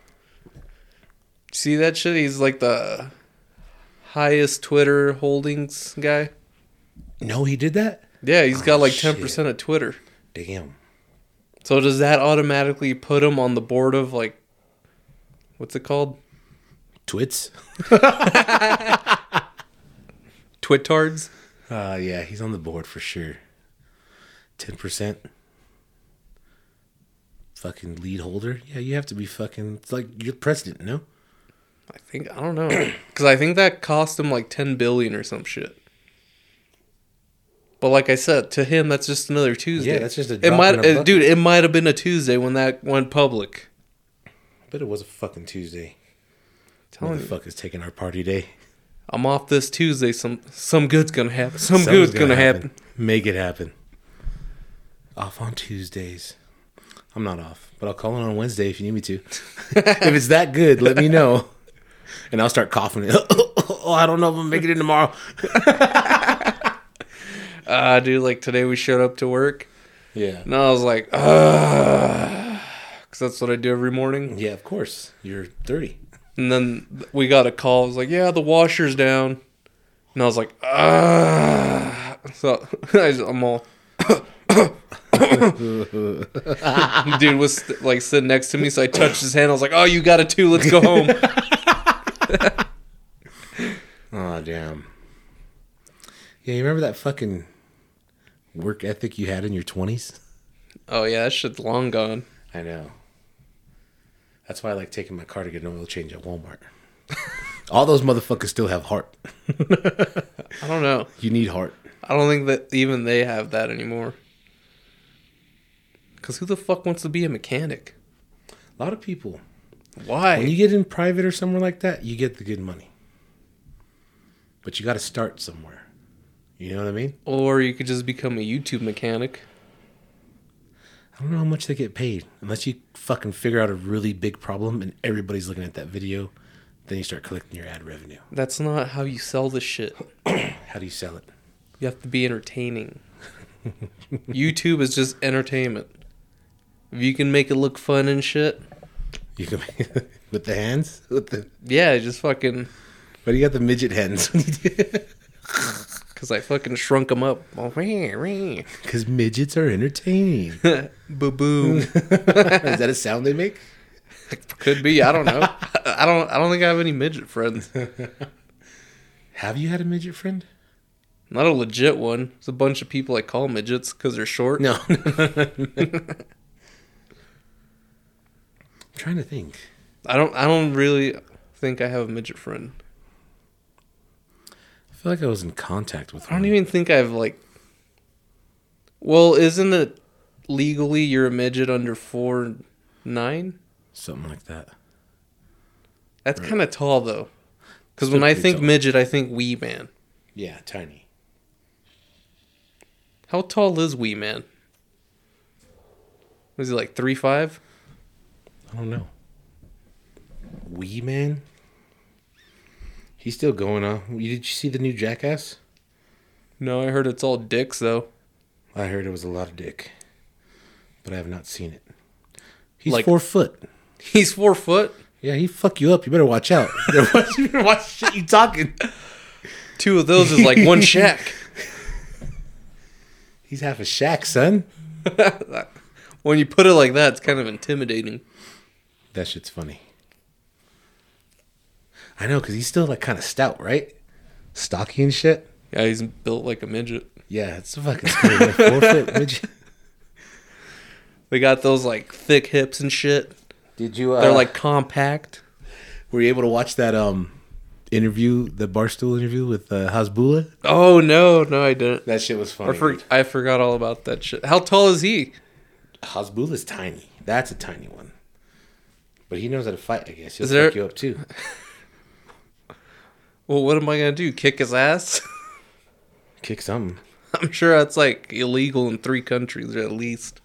See that shit? He's like the highest Twitter holdings guy.
no, he did that?
Yeah, he's
Oh,
got like
shit.
ten percent of Twitter.
Damn.
So does that automatically put him on the board of like, what's it called?
Twits?
Twitards.
Uh, yeah, he's on the board for sure. 10%. Fucking lead holder. Yeah, you have to be fucking. It's like you're president, no?
I think I don't know because I think that cost him like ten billion or some shit. But like I said, to him that's just another Tuesday.
that's just a
it
drop
might,
in a
uh,
bucket.
dude. It might have been a Tuesday when that went public.
But it was a fucking Tuesday.
Telling you.
Motherfuckers taking our party day.
I'm off this Tuesday. Some some good's gonna happen. Some good's gonna, happen.
Make it happen. Off on Tuesdays. I'm not off, but I'll call in on Wednesday if you need me to. if it's that good, let me know. And I'll start coughing. oh, I don't know if I'm making it in tomorrow.
Ah, dude. Like today, we showed up to work,
Yeah.
and I was like, ah, because that's what I do every morning.
Yeah, of course. You're 30.
And then we got a call. I was like, yeah, the washer's down, and I was like, ah. So I just, I'm all. Dude was like sitting next to me, so I touched his hand. I was like, "Oh, you got it too. Let's go home."
Oh, damn. Yeah, you remember that fucking work ethic you had in your 20s?
oh yeah, that shit's long gone.
I know. That's why I like taking my car to get an oil change at Walmart. All those motherfuckers still have heart.
I don't know.
You need heart.
I don't think that even they have that anymore. Because who the fuck wants to be a mechanic?
A lot of people.
Why?
When you get in private or somewhere like that, you get the good money. But you got to start somewhere. You know what I mean?
or you could just become a YouTube mechanic.
I don't know how much they get paid unless you fucking figure out a really big problem and everybody's looking at that video. Then you start collecting your ad revenue.
That's not how you sell this shit.
How do you sell it?
You have to be entertaining. YouTube is just entertainment. If you can make it look fun and shit,
You can with the hands, with the
yeah, just fucking.
but you got the midget hands
Because I fucking shrunk them up. Oh, wee, wee.
because midgets are entertaining. Is
Boo boo.
that a sound they make?
Could be. I don't know. I don't. I don't think I have any midget friends.
Have you had a midget friend?
Not a legit one. It's a bunch of people I call midgets because they're short.
No. I'm trying to think.
I don't. I don't really think I have a midget friend.
I feel like I was in contact with
I don't
one.
even think I've like. Well, isn't it legally you're a midget under four nine?
something like that.
That's kind of tall though. Because when I
Still pretty
think
tall.
midget, I think wee man.
Yeah, tiny.
How tall is wee man? Was he like three five?
I don't know. Wee man. He's still going on. You- Did you see the new Jackass?
No, I heard it's all dicks though.
I heard it was a lot of dick, but I have not seen it. He's
Like-
four foot.
He's four foot,
Yeah, he fuck you up. You better watch out. You better watch, you better watch shit you talking.
two of those is like one shack.
He's half a shack, son.
When you put it like that, it's kind of intimidating.
That shit's funny. I know, cause he's still like kind of stout, right? Stocky and shit.
Yeah, he's built like a midget.
Yeah, it's fucking scary. Like four foot midget.
They got those like thick hips and shit.
Did you? Uh,
They're like compact.
were you able to watch that um interview, the barstool interview with uh, Hasbullah?
Oh no, no, I didn't.
That shit was
I,
funny.
for, I forgot all about that shit. How tall is he?
Hasbullah's tiny. That's a tiny one. But he knows how to fight. I guess he'll
Is there-
fuck you up too.
Well, what am I gonna do? Kick his ass?
Kick something.
I'm sure that's like illegal in three countries at least.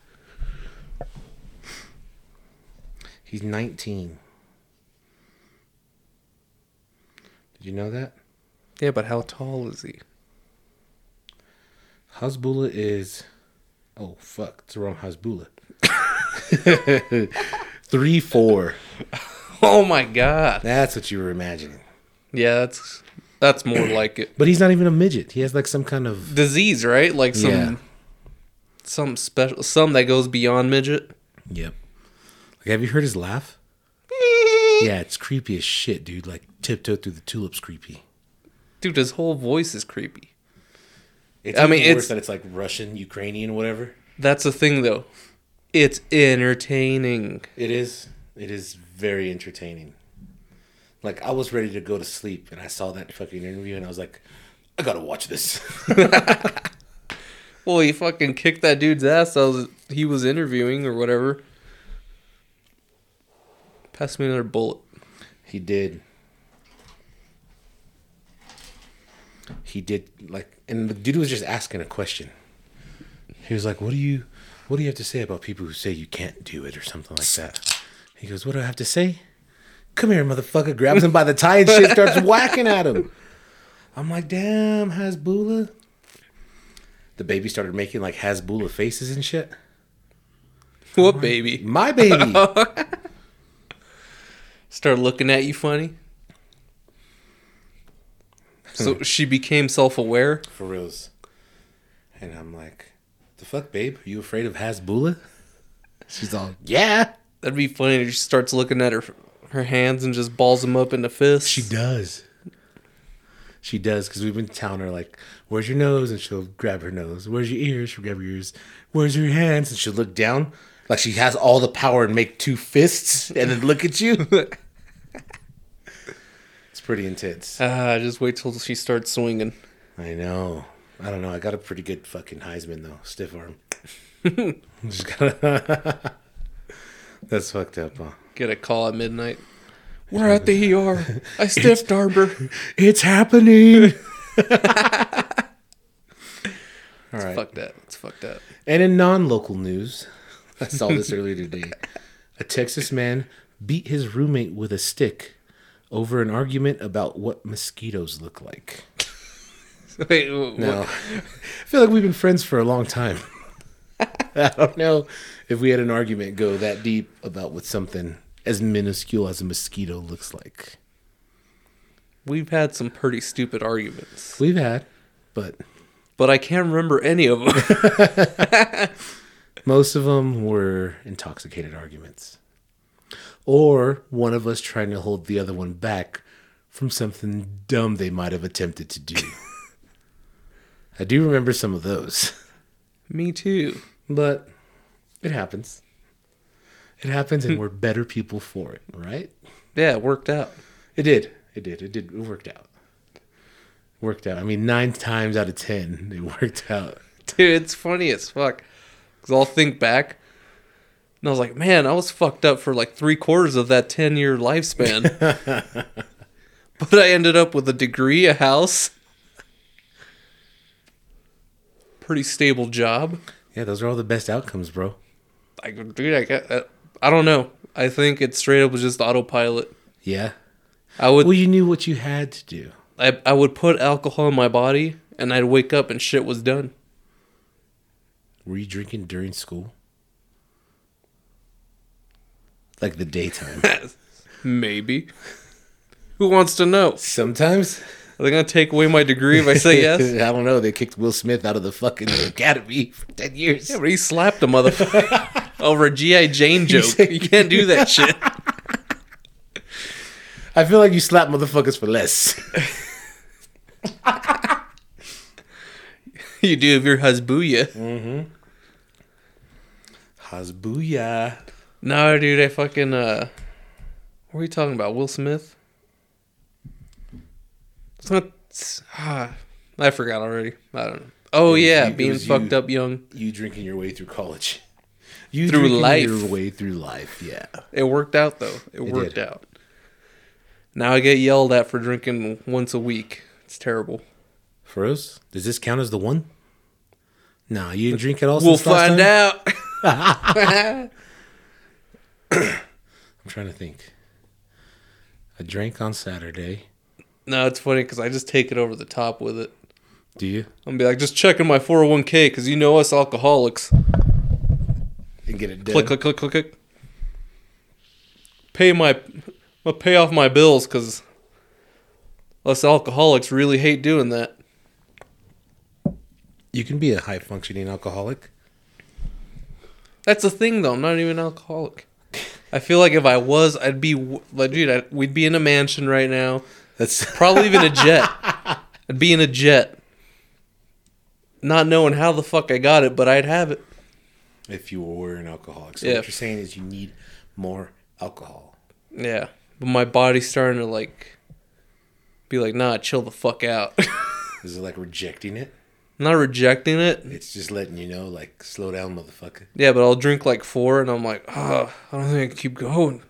He's 19. Did you know that?
Yeah, but how tall is he?
Hasbullah is. Oh, fuck. It's the wrong Hasbullah. Three, four.
Oh my god.
That's what you were imagining.
Yeah, that's that's more like it.
But he's not even a midget. He has like some kind of.
Disease, right? Like some
Yeah.
some special some that goes beyond midget.
Yep. Like, have you heard his laugh? Yeah, it's creepy as shit, dude. Like, tiptoe through the tulips, creepy.
Dude, his whole voice is creepy.
It's
I mean,
even
it's-
that it's like Russian, Ukrainian, whatever.
That's the thing though. It's entertaining.
It is. It is very entertaining. Like I was ready to go to sleep, and I saw that fucking interview, and I was like, I gotta watch this.
Well, he fucking kicked that dude's ass. That was he was interviewing or whatever. Pass me another bullet.
he did. He did like, and the dude was just asking a question. He was like, "What do you, what do you have to say about people who say you can't do it or something like that?" He goes, "What do I have to say?" Come here, motherfucker! Grabs him by the tie and shit, starts whacking at him. I'm like, "Damn, Hasbullah." The baby started making like Hasbullah faces and shit.
What baby?
My baby.
Start looking at you funny. So she became self-aware.
for reals. And I'm like, the fuck, babe? Are you afraid of Hasbullah? She's all, yeah.
That'd be funny. if She starts looking at her her hands and just balls them up into fists.
She does. She does, because we've been telling her, like, where's your nose? And she'll grab her nose. Where's your ears? She'll grab her ears. Where's your hands? And she'll look down, like she has all the power and make two fists and then look at you. it's pretty intense.
Ah, just wait till she starts swinging.
I know. I don't know. I got a pretty good fucking Heisman though. Stiff arm. Just gotta- That's fucked up, huh?
Get a call at midnight. We're at the ER. I stiffed Arbor.
It's happening. All right.
Fuck that. It's fucked up.
And in non-local news, I saw this earlier today. A Texas man beat his roommate with a stick over an argument about what mosquitoes look like.
Wait, wh- wh-
No. I feel like we've been friends for a long time. I don't know if we had an argument go that deep about what something as minuscule as a mosquito looks like.
we've had some pretty stupid arguments,
We've had, but
but I can't remember any of them.
most of them were intoxicated arguments. Or one of us trying to hold the other one back from something dumb they might have attempted to do. I do remember some of those.
Me too.
But it happens. It happens, and we're better people for it, right?
Yeah, it worked out.
It did. It did. It did. It worked out. Worked out. I mean, nine times out of ten, it worked out.
Dude, it's funny as fuck. Because I'll think back. And I was like, man, I was fucked up for like three quarters of that 10 year lifespan. but I ended up with a degree, a house, pretty stable job.
Yeah, those are all the best outcomes, bro.
I, dude, I, got, I, I don't know. I think it straight up was just autopilot.
Yeah.
I would,
Well, you knew what you had to do.
I, I would put alcohol in my body and I'd wake up and shit was done.
Were you drinking during school? Like the daytime.
Maybe. Who wants to know?
Sometimes.
Are they gonna take away my degree if I say yes?
I don't know. They kicked Will Smith out of the fucking academy for 10 years.
yeah, but he slapped a motherfucker over a G.I. Jane joke. You can't do that shit.
I feel like you slap motherfuckers for less.
You do if you're Hasbuya.
Hasbuya.
No, dude, I fucking uh what are we talking about? Will Smith? It's not it's- ah, I forgot already. I don't know. Oh yeah,
you- it
being
was
fucked
you.
up young.
You drinking your way through college. You
Through
drinking
life.
Your way through life. Yeah.
It worked out though. It, worked
did.
out. Now I get yelled at for drinking once a week. It's terrible.
For us, does this count as the one? No, you didn't drink at all.
We'll
since last
find
time?
out.
I'm trying to think. I drank on Saturday.
No, it's funny because I just take it over the top with it.
Do you?
I'm gonna be like, just checking my 401k because you know us alcoholics.
And get it done.
Click, click, click, click, click. Pay my, i pay off my bills because us alcoholics really hate doing that.
You can be a high functioning alcoholic.
That's the thing though. I'm not even an alcoholic. I feel like if I was, I'd be w- like, dude, I, we'd be in a mansion right now.
That's
Probably even a jet. I'd be in a jet. Not knowing how the fuck I got it, but I'd have it.
if you were an alcoholic. So
Yeah.
what you're saying is you need more alcohol.
Yeah. But my body's starting to like be like, nah, chill the fuck out. I'm
Is it like rejecting it?
not rejecting it.
It's just letting you know, like, slow down, motherfucker.
Yeah, but I'll drink like four and I'm like, oh, I don't think I can keep going.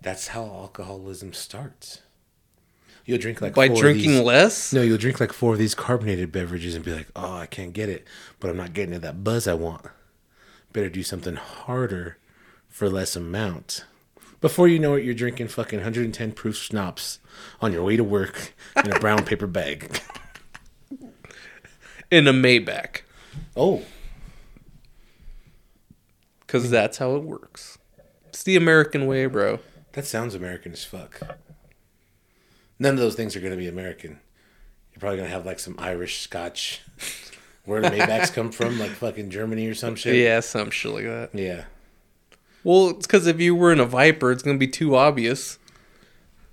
That's how alcoholism starts. You'll drink like
By
four of
drinking
these-
less?
No, you'll drink like four of these carbonated beverages and be like, "Oh, I can't get it, but I'm not getting to that buzz I want. Better do something harder for less amount." Before you know it, you're drinking fucking 110 proof schnapps on your way to work in a brown paper bag.
In a Maybach.
Oh, Mm.
Because that's how it works. It's the American way, bro.
that sounds American as fuck. None of those things are going to be American. You're probably going to have like some Irish Scotch. Where do Maybachs come from? Like fucking Germany or some shit?
Yeah, some shit like that.
Yeah.
Well, it's because if you were in a Viper, it's going to be too obvious.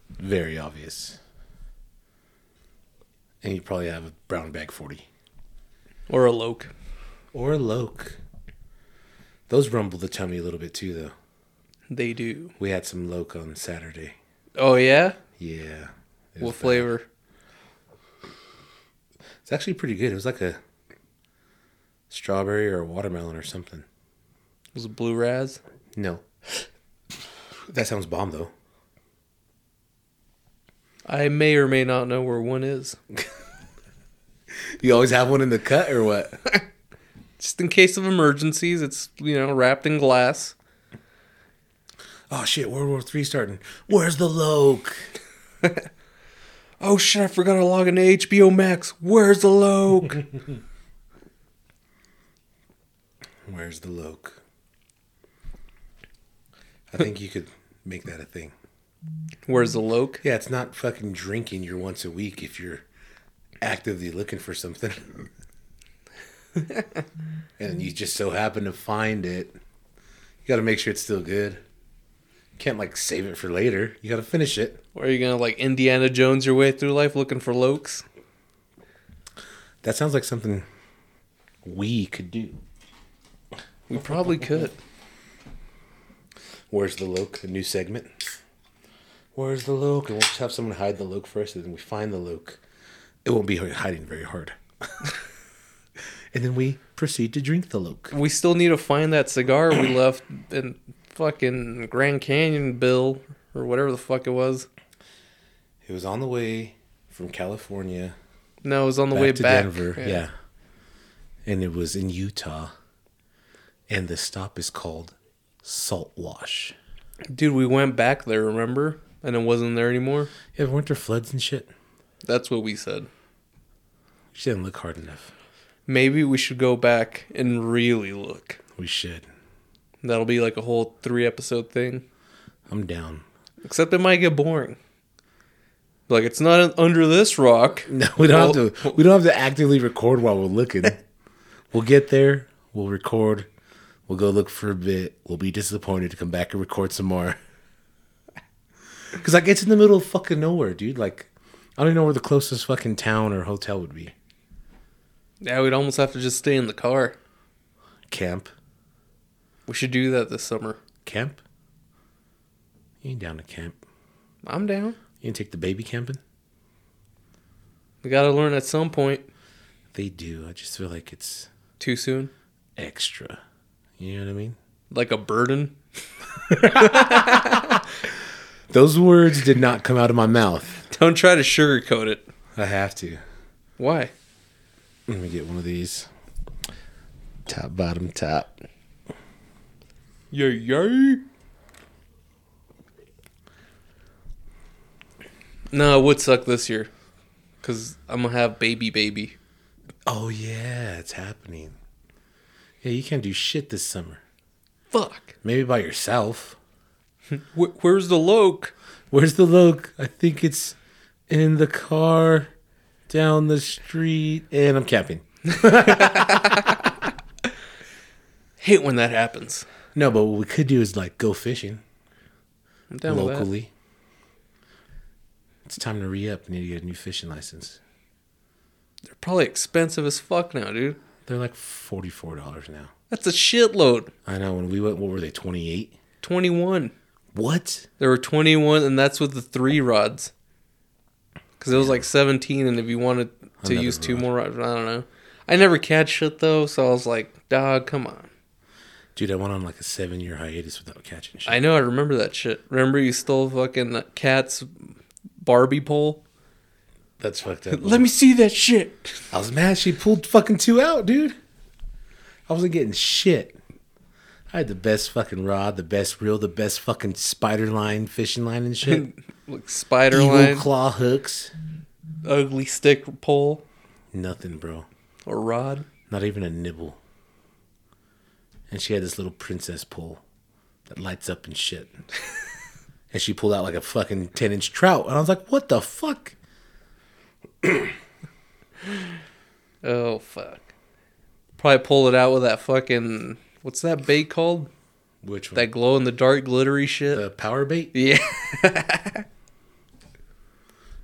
Very obvious. And you probably have a brown bag 40.
Or a Loke.
Or a Loke. Those rumble the tummy a little bit too, though.
They do.
We had some Loke on Saturday.
Oh, yeah?
Yeah. It
What
was bad.
flavor?
It's actually pretty good. It was like a strawberry or a watermelon or something.
Was it blue raz?
No. That sounds bomb though.
I may or may not know where one is.
You always have one in the cut or what?
Just in case of emergencies, it's you know wrapped in glass.
oh shit, World War Three starting. Where's the Loke?
Oh shit! I forgot to log into HBO Max. Where's the Loke?
Where's the Loke? I think you could make that a thing.
Where's the Loke?
Yeah, it's not fucking drinking your once a week if you're actively looking for something. and you just so happen to find it. You got to make sure it's still good. can't like save it for later. You got to finish it.
Or are you gonna like Indiana Jones your way through life looking for Lokes?
That sounds like something we could do.
We probably could.
Where's the Loke? A new segment. Where's the Loke? And we'll just have someone hide the Loke for us, and then we find the Loke. It won't be hiding very hard. and then we proceed to drink the Loke.
We still need to find that cigar we left in fucking Grand Canyon, Bill, or whatever the fuck it was.
It was on the way from California
No, it was on the
back
way
to
back.
Denver. Yeah. And it was in Utah. And the stop is called Salt Wash.
Dude, we went back there, remember? And it wasn't there anymore.
Yeah, weren't there floods and shit?
That's what we said.
She didn't look hard enough.
Maybe we should go back and really look.
We should.
That'll be like a whole three episode thing.
I'm down.
Except it might get boring. Like it's not under this rock.
No, we don't
Well-
have to. We don't have to actively record while we're looking. we'll get there. We'll record. We'll go look for a bit. We'll be disappointed to come back and record some more. Because like it's in the middle of fucking nowhere, dude. Like I don't even know where the closest fucking town or hotel would be.
Yeah, we'd almost have to just stay in the car.
Camp,
We should do that this summer.
camp. You ain't down to camp.
I'm down.
You ain't take the baby camping.
We gotta learn at some point.
They do. I just feel like it's
Too soon.
extra. You know what I mean?
Like a burden.
Those words did not come out of my mouth.
Don't try to sugarcoat it.
I have to.
Why?
Let me get one of these. Top, bottom, top.
Yay, yay. No, it would suck this year. Because I'm going to have baby, baby.
Oh, yeah, it's happening. Yeah, you can't do shit this summer.
Fuck.
Maybe by yourself.
Wh- where's the Loke?
Where's the look? I think it's in the car down the street. And I'm camping.
Hate when that happens.
No, but what we could do is like go fishing
I'm down with that.
locally. It's time to re up. Need to get a new fishing license.
They're probably expensive as fuck now, dude.
They're like $44 now.
That's a shitload.
I know. When we went, what were they, 28
21.
What?
There were 21, and that's with the three rods. Because it was like 17, and if you wanted to
Another
use two
rod.
more rods, I don't know. I never catch shit, though, so I was like, dog, come on.
Dude, I went on like a seven year hiatus without catching shit.
I know, I remember that shit. Remember you stole fucking Cat's Barbie pole?
That's fucked up.
Let me see that shit.
I was mad she pulled fucking two out, dude. I wasn't getting shit. I had the best fucking rod, the best reel, the best fucking spider line, fishing line and shit.
like spider
Eagle
line,
claw hooks.
ugly stick pole,
Nothing, bro.
or rod.
Not even a nibble. And she had this little princess pole that lights up and shit. and she pulled out like a fucking 10 inch trout. And I was like, what the fuck?
Oh, fuck. Probably pull it out with that fucking. What's that bait called?
Which one?
That glow in the dark glittery shit?
the power bait?
yeah.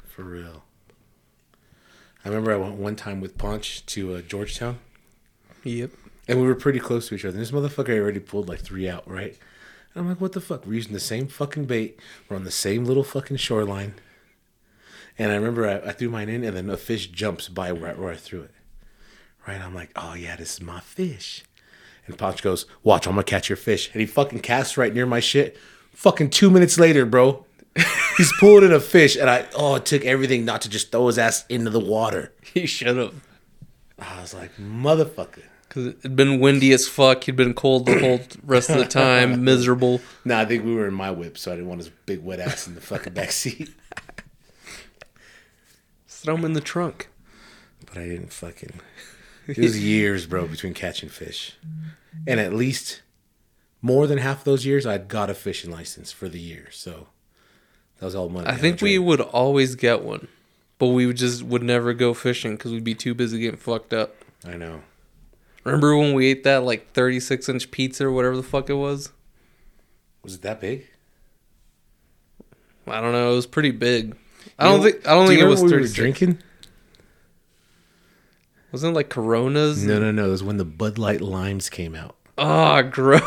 For real. I remember I went one time with Punch to uh, Georgetown,
Yep.
and we were pretty close to each other. This motherfucker already pulled like three out, right? And I'm like, what the fuck? We're using the same fucking bait. We're on the same little fucking shoreline. And I remember I, I threw mine in, and then a fish jumps by right where I threw it. Right, I'm like, oh yeah, this is my fish. And Ponch goes, watch, I'm gonna catch your fish. And he fucking casts right near my shit. Fucking two minutes later, bro, he's pulling in a fish, and I oh, it took everything not to just throw his ass into the water.
He should have.
I was like, motherfucker.
Because it'd been windy as fuck. He'd been cold the whole rest of the time, miserable.
No, I think we were in my whip, so I didn't want his big wet ass in the fucking back seat.
Just throw him in the trunk.
But I didn't fucking. It was years, bro, between catching fish, and at least more than half of those years, I got a fishing license for the year. So that was all money.
I think we would always get one, but we would just would never go fishing because we'd be too busy getting fucked up.
I know.
Remember when we ate that like 36 inch pizza or whatever the fuck it was?
Was it that big?
I don't know. It was pretty big. I don't think I don't think it was 36.
drinking.
Wasn't it like Coronas?
No, no, no. It was when the Bud Light limes came out.
Oh, gross.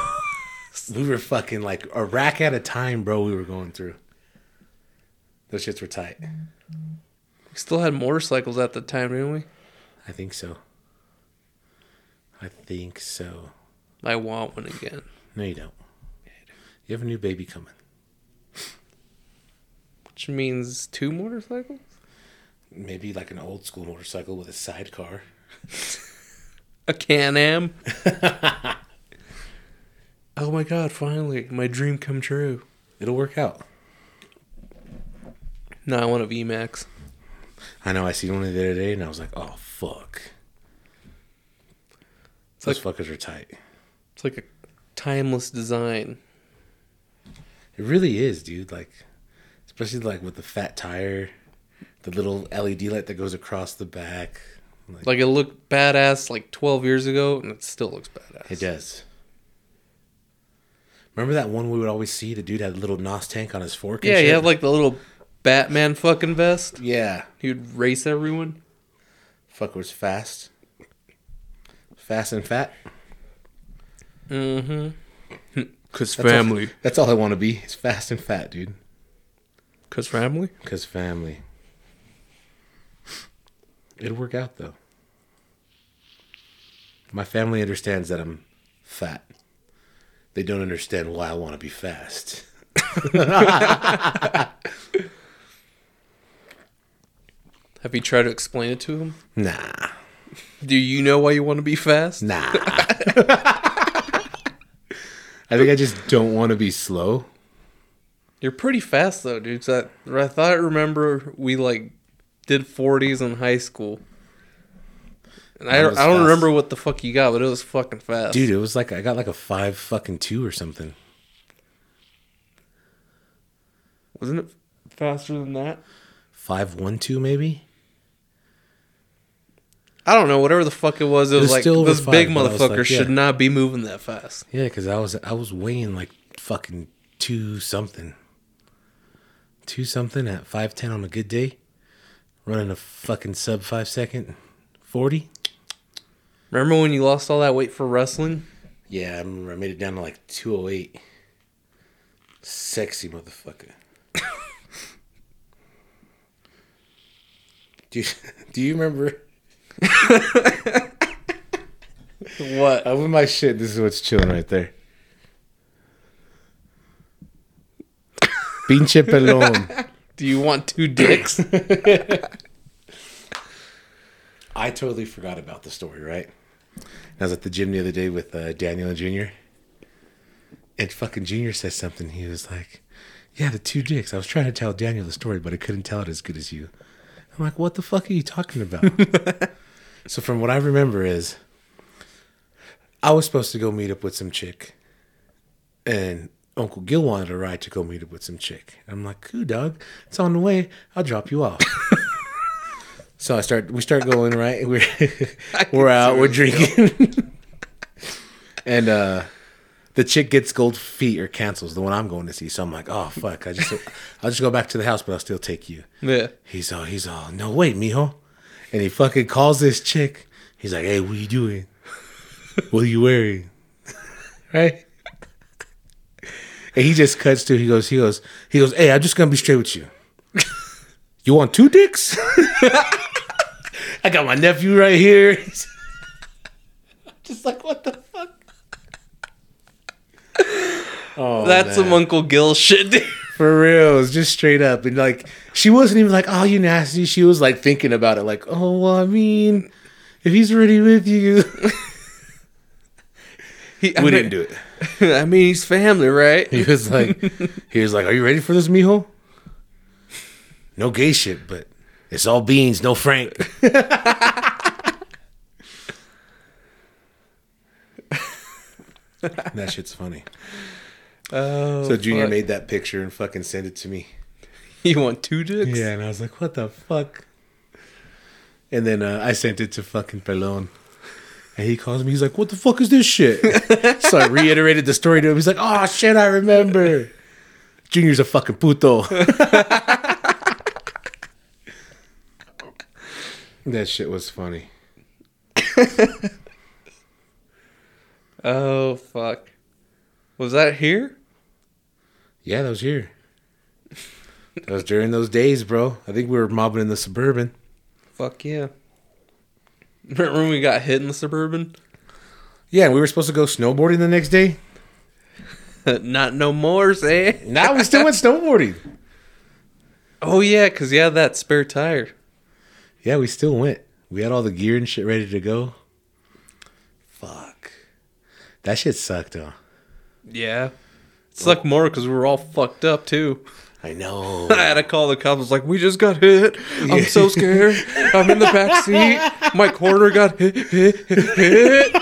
We were fucking like a rack at a time, bro. We were going through. Those shits were tight.
We still had motorcycles at the time, didn't we?
I think so. I think so.
I want one again.
No, you don't. You have a new baby coming.
Which means two motorcycles?
Maybe like an old school motorcycle with a sidecar.
A Can Am? oh my god, finally. My dream come true.
It'll work out.
No, I want a VMAX.
I know. I seen one the other day, and I was like, "Oh fuck." Those fuckers are tight.
It's like a timeless design.
It really is, dude. Like, especially like with the fat tire, the little LED light that goes across the back. Like,
Like it looked badass like 12 years ago, and it still looks badass.
it does. Remember that one we would always see? The dude had a little nos tank on his fork. and
Yeah, he
shit?
had like the little Batman fucking vest.
yeah.
He would race everyone.
Fucker was fast, fast and fat.
Mm-hmm. Cause
That's all- that's all I want to be. It's fast and fat, dude.
Cause family.
Cause family. It'll work out though. My family understands that I'm fat. They don't understand why I want to be fast.
Have you tried to explain it to him?
Nah,
Do you know why you want to be fast?
nah. I think I just don't want to be slow.
You're pretty fast though, dude. So I, I thought I remember we like did 40s in high school. And I,
Mine
I don't
was fast.
remember what the fuck you got, but it was fucking fast.
Dude, it was like I got like a five fucking two or something.
wasn't it faster than that?
Five one two maybe.
I don't know, whatever the fuck it was, it, was,
was
like
still over
this big
five, but I was like,
motherfucker should
yeah.
not be moving that fast.
Yeah, because I was I was weighing like fucking two something, two something at five ten on a good day, running a fucking sub five second forty.
Remember when you lost all that weight for wrestling?
Yeah, I remember I made it down to like two oh eight. Sexy motherfucker. do you, do you remember?
What?
I with my shit. This is what's chilling right there. Pinche pelón.
Do you want two dicks?
I totally forgot about the story, right? I was at the gym the other day with uh, Daniel and Junior. And fucking Junior says something. He was like, Yeah, the two dicks. I was trying to tell Daniel the story, but I couldn't tell it as good as you. I'm like, What the fuck are you talking about? so, from what I remember, is I was supposed to go meet up with some chick. And Uncle Gil wanted a ride to go meet up with some chick. I'm like, Cool, dog. It's on the way. I'll drop you off. So I start, we start going right. We're we're out. We're drinking, and uh the chick gets gold feet or cancels the one I'm going to see. So I'm like, oh fuck, I just I'll just go back to the house, but I'll still take you.
yeah.
He's all he's all no wait, mijo, and he fucking calls this chick. He's like, hey, what you doing? What are you wearing? right? And he just cuts to. He goes, he goes, he goes. Hey, I'm just gonna be straight with you. You want two dicks? I got my nephew right here. Just like, what the fuck? Oh,
That's
man.
some Uncle Gil shit, dude.
For real, it's just straight up, and like she wasn't even like, "Oh, you nasty." She was like thinking about it, like, "Oh, well, I mean, if he's already with you,
He, I
we
mean-
didn't do it."
I mean, he's family, right?
He was like, "He was like, are you ready for this, mijo?" No gay shit, but it's all beans, no Frank. that shit's funny.
Oh,
So Junior
fuck.
made that picture and fucking sent it to me.
You want two dicks?
Yeah, and I was like, what the fuck? And then uh, I sent it to fucking Pelon. And he calls me, he's like, what the fuck is this shit? so I reiterated the story to him. He's like, oh shit, I remember. Junior's a fucking puto. that shit was funny.
Oh fuck. Was that here?
Yeah, that was here. That was during those days, bro. I think we were mobbing in the suburban.
Fuck yeah. Remember when we got hit in the suburban?
Yeah, and we were supposed to go snowboarding the next day.
Not no more, say.
Now we still went snowboarding.
Oh yeah, cause you had that spare tire.
Yeah, we still went. We had all the gear and shit ready to go. Fuck. That shit sucked, though.
Yeah. It sucked more because we were all fucked up too.
I know.
I had to call the cops. I was like, "We just got hit. I'm so scared. I'm in the back seat. My corner got hit, hit, hit, hit."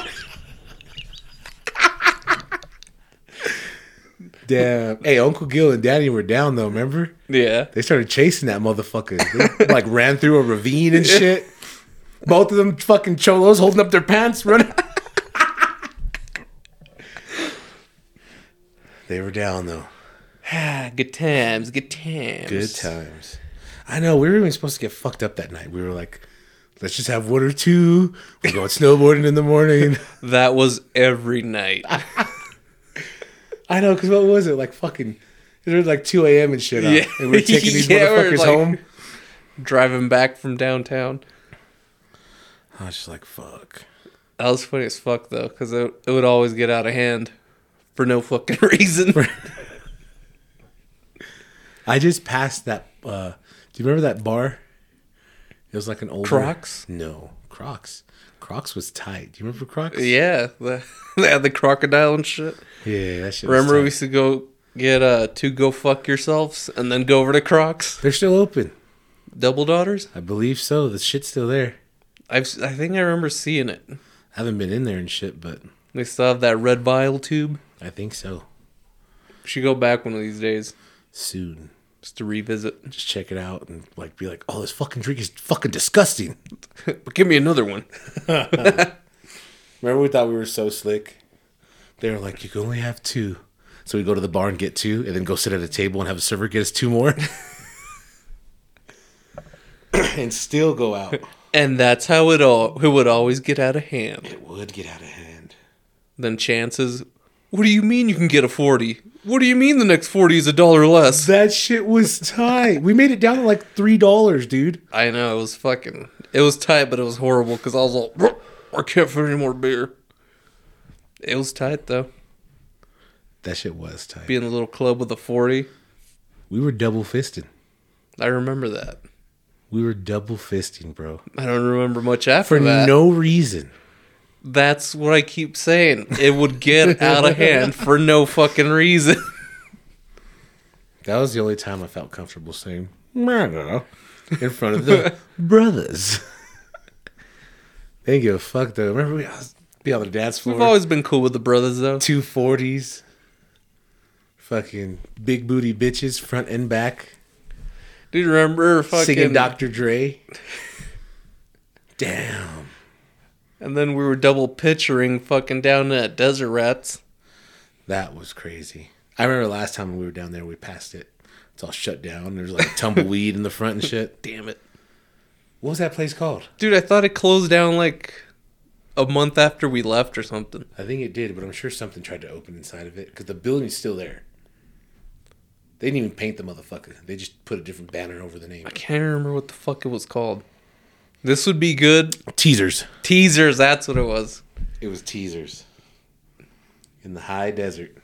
Damn. Hey, Uncle Gil and Daddy were down, though, remember?
Yeah.
They started chasing that motherfucker. They, like, ran through a ravine and shit. Both of them fucking cholos holding up their pants, running. they were down, though.
Ah, good times. Good times.
Good times. I know we were even supposed to get fucked up that night. We were like, let's just have one or two. We're going snowboarding in the morning.
That was every night.
I know, because what was it like? Fucking, it was like two a.m. and shit. huh?
Yeah.
and we are taking these
Yeah, we were
motherfuckers
like-
home.
Driving back from downtown.
I was just like, fuck.
That was funny as fuck though, because it, it would always get out of hand for no fucking reason.
I just passed that. uh Do you remember that bar? It was like an old
Crocs?
No, Crocs. Crocs was tight. Do you remember Crocs?
yeah, the, they had the crocodile and shit.
yeah. That shit.
Remember we
was tight.
used to go get uh two go fuck yourselves and then go over to Crocs.
They're still open.
Double daughters.
I believe so. The shit's still there.
I've s- I think I remember seeing it.
I haven't been in there and shit, but
They still have that red vial tube.
I think so.
We should go back one of these days
soon.
just to revisit.
Just check it out and like be like, oh, this fucking drink is fucking disgusting.
But give me another one.
Remember, we thought we were so slick. They were like, you can only have two. So we go to the bar and get two, and then go sit at a table and have a server get us two more, and still go out.
And that's how it all it would always get out of hand.
It would get out of hand.
Then chances. What do you mean you can get a forty? What do you mean the next forty is a dollar less?
That shit was tight. we made it down to like three dollars, dude.
I know it was fucking. It was tight, but it was horrible because I was like, "Ruh, I can't fit any more beer. It was tight though.
That shit was tight.
Being in the little club with a forty,
We were double fisting.
I remember that.
We were double fisting, bro,
I don't remember much after
for
that.
no reason.
That's what I keep saying. It would get out of hand for no fucking reason.
That was the only time I felt comfortable saying "Murder" in front of the brothers. they didn't give a fuck though. Remember we I was, be on the dance
We've
floor,
always been cool with the brothers though.
two forties, fucking big booty bitches, front and back,
Dude, remember fucking
singing Dr. Dre. Damn,
And then we were double pitchering fucking down at Desert Rats.
that was crazy. I remember last time we were down there, we passed it. It's all shut down. There's like tumbleweed in the front and shit.
Damn it.
What was that place called?
Dude, I thought it closed down like a month after we left or something.
I think it did, but I'm sure something tried to open inside of it because the building's still there. They didn't even paint the motherfucker. They just put a different banner over the name.
I can't remember what the fuck it was called. This would be good.
Teasers.
Teasers, that's what it was.
It was teasers. In the high desert.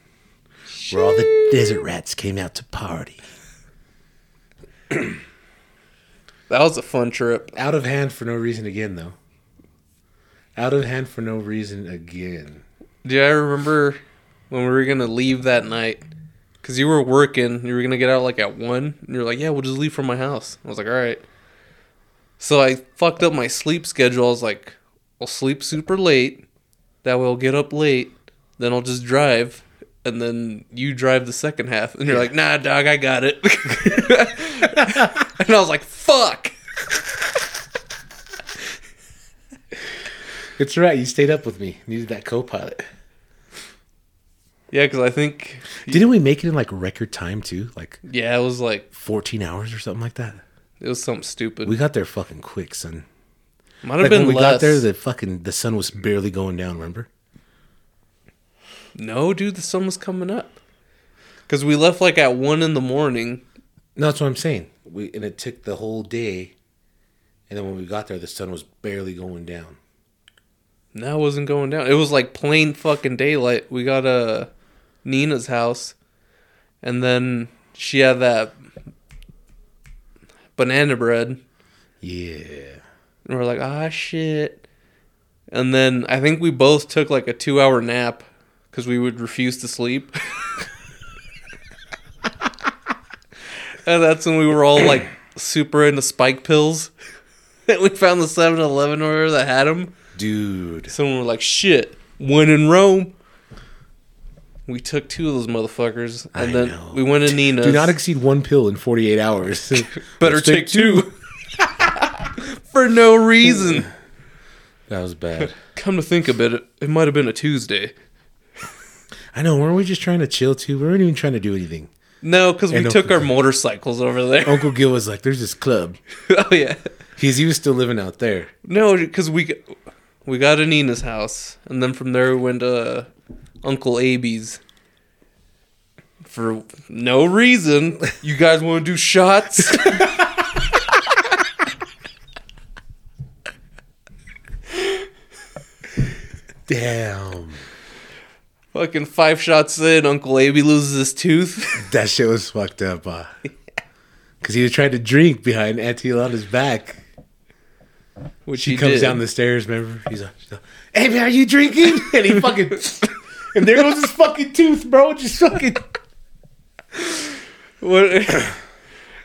Where all the desert rats came out to party.
That was a fun trip.
Out of hand for no reason again, though. Out of hand for no reason again.
Do I remember when we were gonna leave that night? Cause you were working, you were gonna get out like at one, and you're like, "Yeah, we'll just leave from my house." I was like, "All right." So I fucked up my sleep schedule. I was like, "I'll sleep super late, that way I'll get up late, then I'll just drive, and then you drive the second half." And you're like, "Nah, dog, I got it." and I was like, "Fuck."
It's right. You stayed up with me. Needed that co pilot.
Yeah, because I think
Didn't we make it in like record time, too? Like
yeah, it was like
14 hours or something like that?
it was something stupid.
We got there fucking quick, son.
Might have
Like
been
when we
less.
got there, the fucking the sun was barely going down. Remember?
No, dude, the sun was coming up. Cause we left like at one in the morning.
No, that's what I'm saying. We and it took the whole day, and then when we got there, the sun was barely going down.
No, it wasn't going down. It was like plain fucking daylight. We got uh, Nina's house, and then she had that banana bread,
Yeah,
and we're like, ah, shit. And then I think we both took like a two-hour nap because we would refuse to sleep. and that's when we were all like super into spike pills. we found the 7-Eleven order that had them.
dude.
Someone was like, shit, when in Rome. We took two of those motherfuckers, and
I
then
know.
we went to Nina's.
Do not exceed one pill in 48 hours.
Better
Let's
take two. For no reason.
That was bad.
Come to think of it, it might have been a Tuesday.
I know. Weren't we just trying to chill too? We weren't even trying to do anything.
No, because we
And no- Oh.
took our motorcycles over there.
Uncle Gil was like, "There's this club."
oh yeah.
He's he was still living out there.
No, because we g- we got to Nina's house, and then from there we went to Uncle Abe's for no reason. You guys want to do shots?
Damn,
Fucking five shots in, Uncle Abe loses his tooth.
that shit was fucked up. Uh. Cause he was trying to drink behind Auntie Lana's back.
Which
She comes down the stairs, remember? He's like, she's like, "Hey, man, are you drinking?" And he fucking, and there goes his fucking tooth, bro. Just fucking.
What,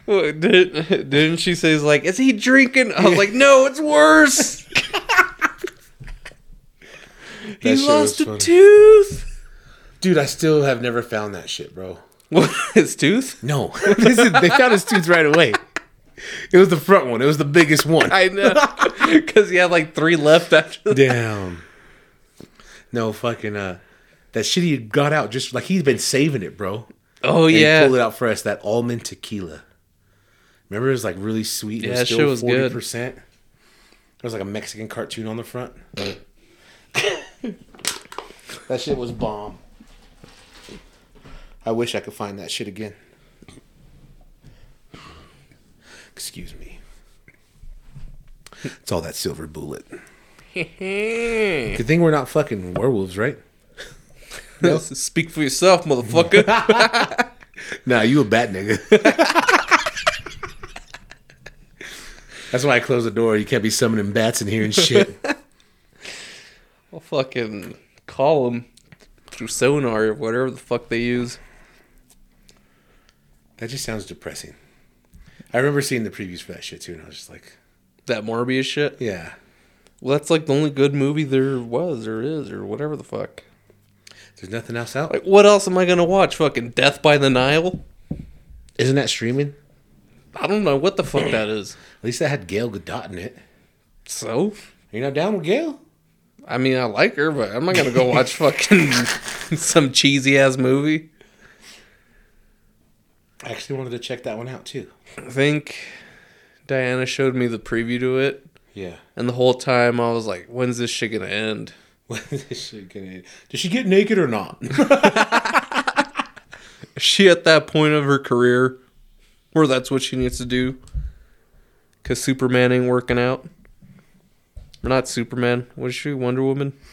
what, did, didn't she say, he's like, is he drinking? I was like, no, it's worse. he
shit was
lost a
funny.
tooth.
Dude, I still have never found that shit, bro.
What, his tooth?
No, This is- they found his tooth right away. It was the front one. It was the biggest one.
I know. Because he had like three left after that.
Damn. No fucking uh, that shit he got out just like he'd been saving it, bro.
Oh,
And
yeah.
he pulled it out for us. That almond tequila. Remember, it was like really sweet. and
Yeah, that
it was
shit
still
was good.
forty percent. There was like a Mexican cartoon on the front. that shit was bomb. I wish I could find that shit again. Excuse me. It's all that silver bullet. Good thing we're not fucking werewolves, right?
Speak for yourself, motherfucker.
Nah, you a bat nigga. That's why I closed the door. You can't be summoning bats in here and shit.
I'll fucking call him through sonar or whatever the fuck they use.
that just sounds depressing. I remember seeing the previews for that shit too, and I was just like,
That Morbius shit.
yeah.
Well, that's like the only good movie there was or is or whatever the fuck.
There's nothing else out.
Like, what else am I gonna watch? Fucking Death by the Nile?
Isn't that streaming?
I don't know what the fuck that is.
At least that had Gail Godot in it.
So,
You're not down with Gail?
I mean, I like her, but I'm not gonna go watch fucking some cheesy ass movie.
I actually wanted to check that one out too.
I think Diana showed me the preview to it,
Yeah.
and the whole time I was like, "When's this shit gonna end?"
What is this shit gonna? Did she get naked or not?
Is she at that point of her career where that's what she needs to do? Because Superman ain't working out. Or not Superman. What is she? Wonder Woman?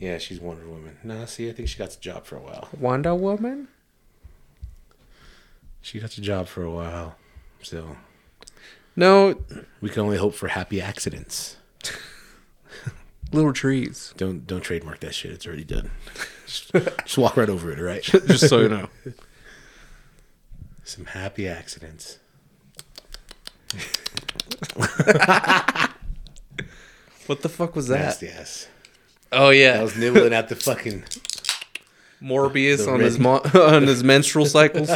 Yeah, she's Wonder Woman. Nah, see, I think she got the job for a while.
Wonder Woman?
She got the job for a while. So
No,
we can only hope for happy accidents.
little trees.
Don't don't trademark that shit. It's already done. just, just walk right over it, all right?
Just so you know.
Some happy accidents.
What the fuck was that?
Yes, yes.
Oh yeah,
I was nibbling at the fucking
Morbius
The
on his
red-
mon- on his menstrual cycles.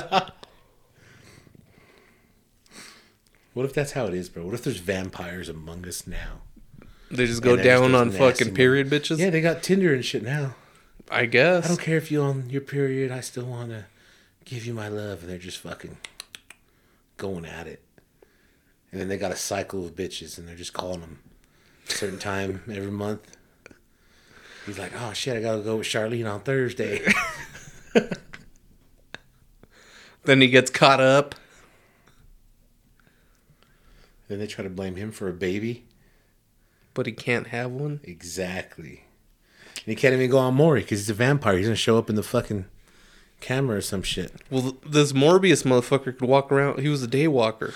What if that's how it is, bro? What if there's vampires among us now?
They just go
And they're just
down
those
on
nasty
fucking
mo-
period bitches.
Yeah, they got Tinder and shit now.
I
I
guess.
don't care if you're on your period. I still want to give you my love. And they're just fucking going at it. And then they got a cycle of bitches and they're just calling them a certain time every month. He's like, oh shit, I gotta go with Charlene on Thursday.
Then he gets caught up.
then they try to blame him for a baby.
But he can't have one.
Exactly. And he can't even go on Maury because he's a vampire. He's gonna show up in the fucking camera or some shit.
Well, th- this Morbius motherfucker could walk around. He was a day walker.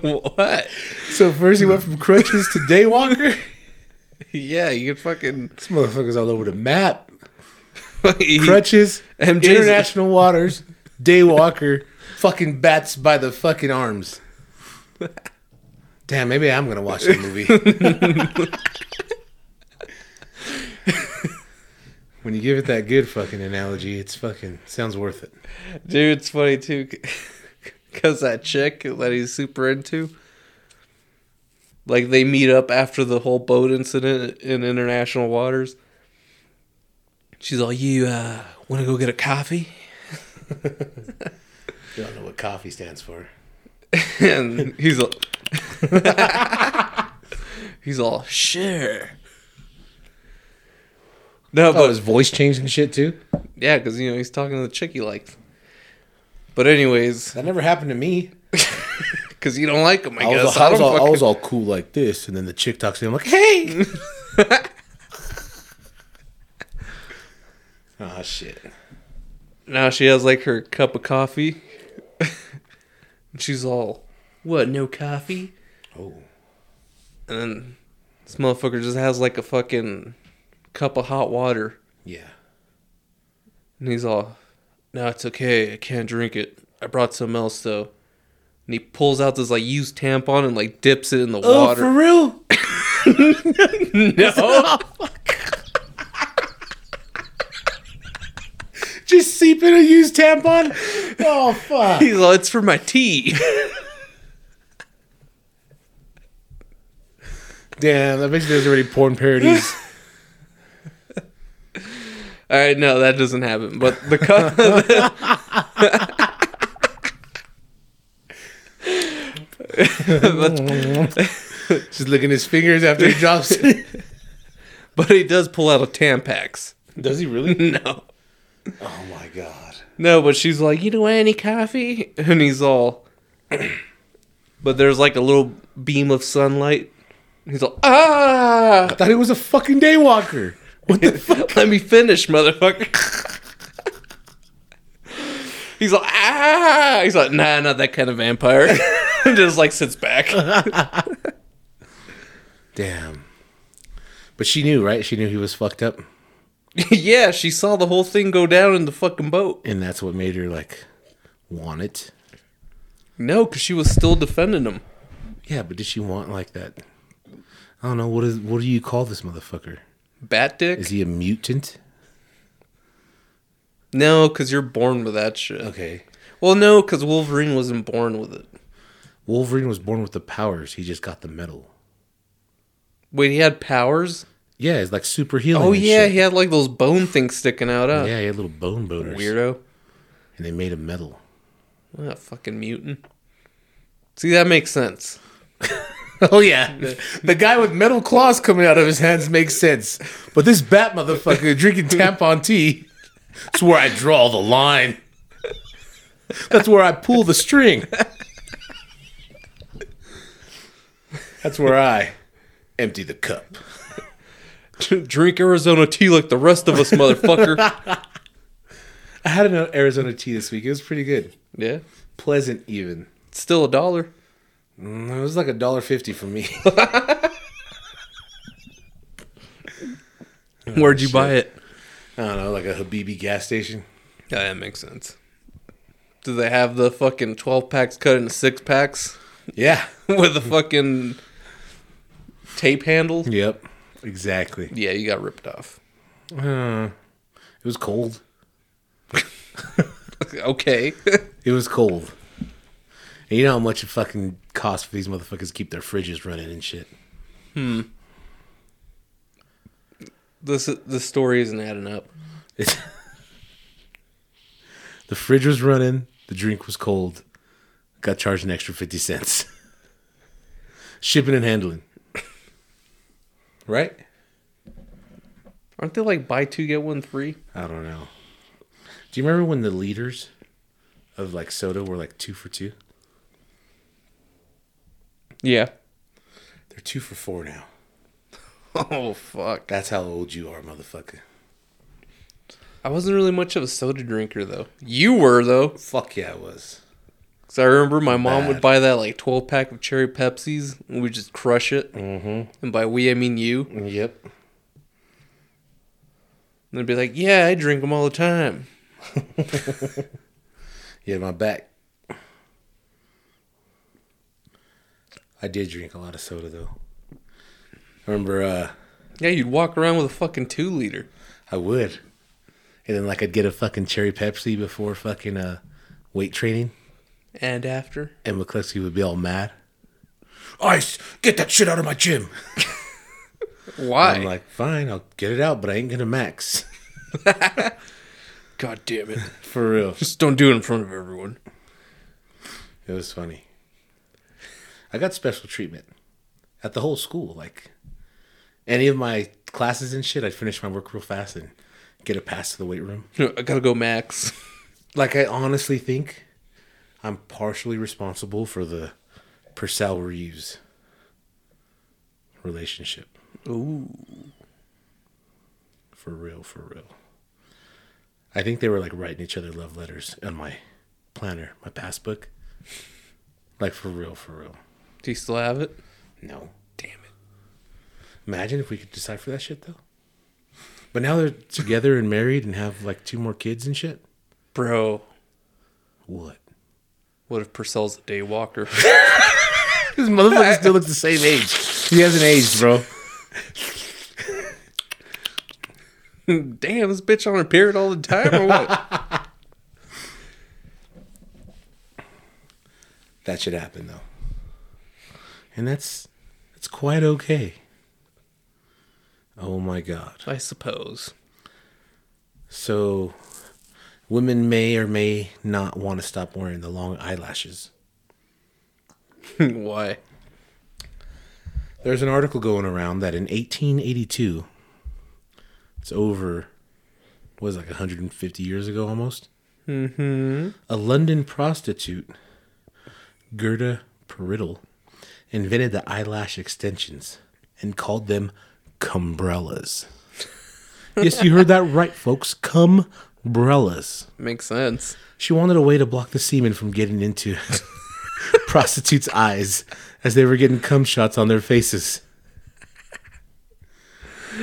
what?
So first he went from crutches to daywalker.
Yeah, you could fucking
This motherfucker's all over the map.
He-
Crutches,
MJ's
international waters, daywalker, fucking bats by the fucking arms. Damn, maybe I'm gonna watch the movie. when you give it that good fucking analogy, it's fucking sounds worth it.
Dude, it's funny too, because that chick that he's super into, like they meet up after the whole boat incident in international waters. She's all, "You uh, want to go get a coffee?"
You don't know what coffee stands for.
And he's all, he's all, "Sure." No,
Oh,
but
his voice changed and shit too.
yeah, because you know he's talking to the chick he likes. But anyways,
That never happened to me.
because you don't like him, I,
I was,
guess.
all, I,
I
was
don't
all, I
fucking-
was all cool like this, and then the chick talks to me. I'm like, hey. Ah shit.
now she has like her cup of coffee. and she's all, What, no coffee?
Oh,
And then this motherfucker just has like a fucking cup of hot water.
yeah.
And he's all, No, it's okay. I can't drink it. I brought some else though. And he pulls out this like used tampon and like dips it in
Oh,
the water.
real?
no.
Just seeping a used tampon? Oh fuck.
He's all, It's for my tea.
Damn, I bet you there's already porn parodies.
all right, no, that doesn't happen. But the cup.
Just licking his fingers after he drops it.
but he does pull out a Tampax.
Does he really?
No.
Oh my god.
No, but she's like, you don't want any coffee? And he's all, but there's like a little beam of sunlight. He's all, ah,
Thought he was a fucking daywalker. What the fuck?
let me finish, motherfucker. he's like, ah, he's like, nah, not that kind of vampire. and just like sits back.
Damn. But she knew, right? She knew he was fucked up.
yeah, she saw the whole thing go down in the fucking boat.
and that's what made her like want it.
No, because she was still defending him.
Yeah, but did she want like that? I don't know. What is what do you call this motherfucker?
Bat dick?
Is he a mutant?
No, because you're born with that shit.
Okay.
Well, no, because Wolverine wasn't born with it.
Wolverine was born with the powers. He just got the metal.
Wait, he had powers?
Yeah, it's like super healing.
Oh
and
yeah,
shit.
he had like those bone things sticking out. Huh?
yeah. He had little bone boners.
Weirdo.
And they made him metal.
What a fucking mutant. See, that makes sense.
Oh yeah, the, the guy with metal claws coming out of his hands makes sense, but this bat motherfucker drinking tampon tea. It's where I draw the line. That's where I pull the string. That's where I empty the cup.
Drink Arizona tea like the rest of us, motherfucker.
I had an Arizona tea this week. It was pretty good,
yeah.
pleasant even.
It's still a dollar.
Mm, It was like a dollar fifty for me.
Where'd you buy it?
I don't know, like a Habibi gas station.
Yeah, that makes sense. Do they have the fucking 12 packs cut into six packs
Yeah.
with the fucking tape handle?
Yep. Exactly.
Yeah, you got ripped off.
It was cold.
Okay.
It was cold. And you know how much it fucking costs for these motherfuckers to keep their fridges running and shit.
this this story isn't adding up.
It's- the fridge was running. The drink was cold. Got charged an extra fifty cents. Shipping and handling. Right?
Aren't they like buy two get one free?
I don't know. Do you remember when the leaders of like soda were like two for two?
Yeah.
They're two for four now.
Oh fuck.
That's how old you are, motherfucker.
I wasn't really much of a soda drinker though. You were though,
Fuck yeah, I was.
because I remember my mom
Bad.
would buy that like twelve pack of cherry Pepsis and we just crush it. Mm-hmm. And by we I mean you. And
Yep.
they'd be like, "Yeah, I drink them all the time."
Yeah, my back. I did drink a lot of soda though. I remember uh
Yeah, you'd walk around with a fucking two liter.
I would. And then like I'd get a fucking cherry Pepsi before fucking uh weight training
And after,
and McCluskey would be all mad. Ice, get that shit out of my gym.
why?
I'm like, fine, I'll get it out, but I ain't gonna max.
God damn it!
For real.
just don't do it in front of everyone.
It was funny. I got special treatment at the whole school. Like any of my classes and shit, I'd finish my work real fast and get a pass to the weight room.
I gotta go, Max.
Like I honestly think I'm partially responsible for the Purcell Reeves relationship.
Ooh.
For real, for real. I think they were like writing each other love letters on my planner, my passbook. Like for real, for real.
Do you still have it?
No.
Damn it.
Imagine if we could decipher that shit though. But now they're together and married and have like two more kids and shit.
Bro,
What?
what if Purcell's a day walker?
This motherfucker still looks the same age. He hasn't aged, bro.
Damn, this bitch on her period all the time or what?
That should happen though. And that's that's quite okay. Oh my god.
I suppose.
So women may or may not want to stop wearing the long eyelashes.
Why?
There's an article going around that in 1882, it's over, what is it, like 150 years ago almost. Mm-hmm. A London prostitute, Gerda Periddle, invented the eyelash extensions and called them cumbrellas. yes, you heard that right, folks. Cumbrellas.
Makes sense.
She wanted a way to block the semen from getting into prostitutes' eyes as they were getting cum shots on their faces.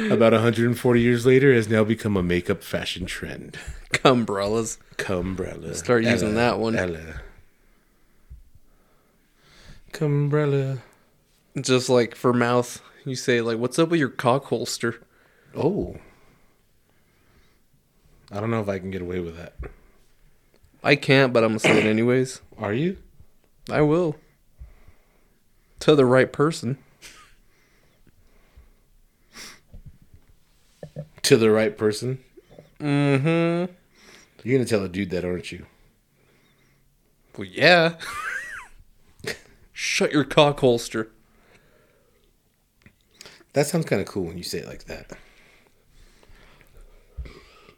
About 140 years later, it has now become a makeup fashion trend.
Cumbrellas.
Cumbrella.
Start using that one.
Ella. Cumbrella.
Just like for mouth, you say like, "What's up with your cock holster?"
Oh. I don't know if I can get away with that.
I can't, but I'm gonna say it anyways.
Are you?
I will. To the right person.
To the right person?
Mm-hmm.
You're going to tell a dude that, aren't you?
Well, yeah. Shut your cock holster.
That sounds kind of cool when you say it like that.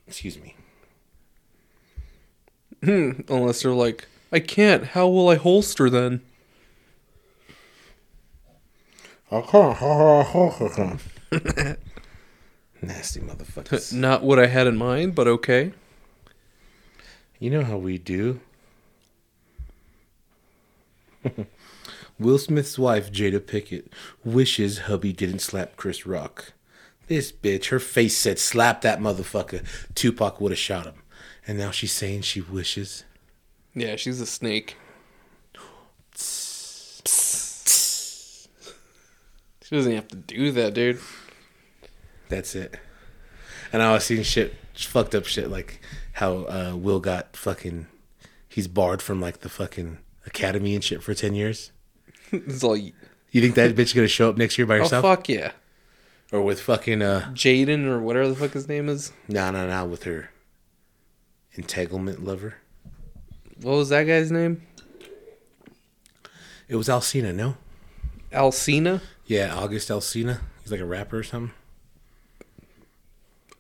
Excuse me.
Unless they're like, I can't. How will I holster then?
Nasty motherfuckers.
Not what I had in mind, but okay.
You know how we do. Will Smith's wife, Jada Pickett, wishes hubby didn't slap Chris Rock. This bitch, her face said, slap that motherfucker. Tupac would have shot him. And now she's saying she wishes.
Yeah, she's a snake. She doesn't have to do that, dude.
That's it. And I was seeing shit, fucked up shit, like how uh, Will got fucking, he's barred from like the fucking academy and shit for 10 years.
It's all.
You think that bitch gonna show up next year by
Oh
herself?
fuck yeah,
Or with fucking, uh,
Jaden or whatever the fuck his name is.
no, no, no, with her entanglement lover?
What was that guy's name?
It was Alcina, no?
Alcina.
Yeah, August Alcina. He's like a rapper or something.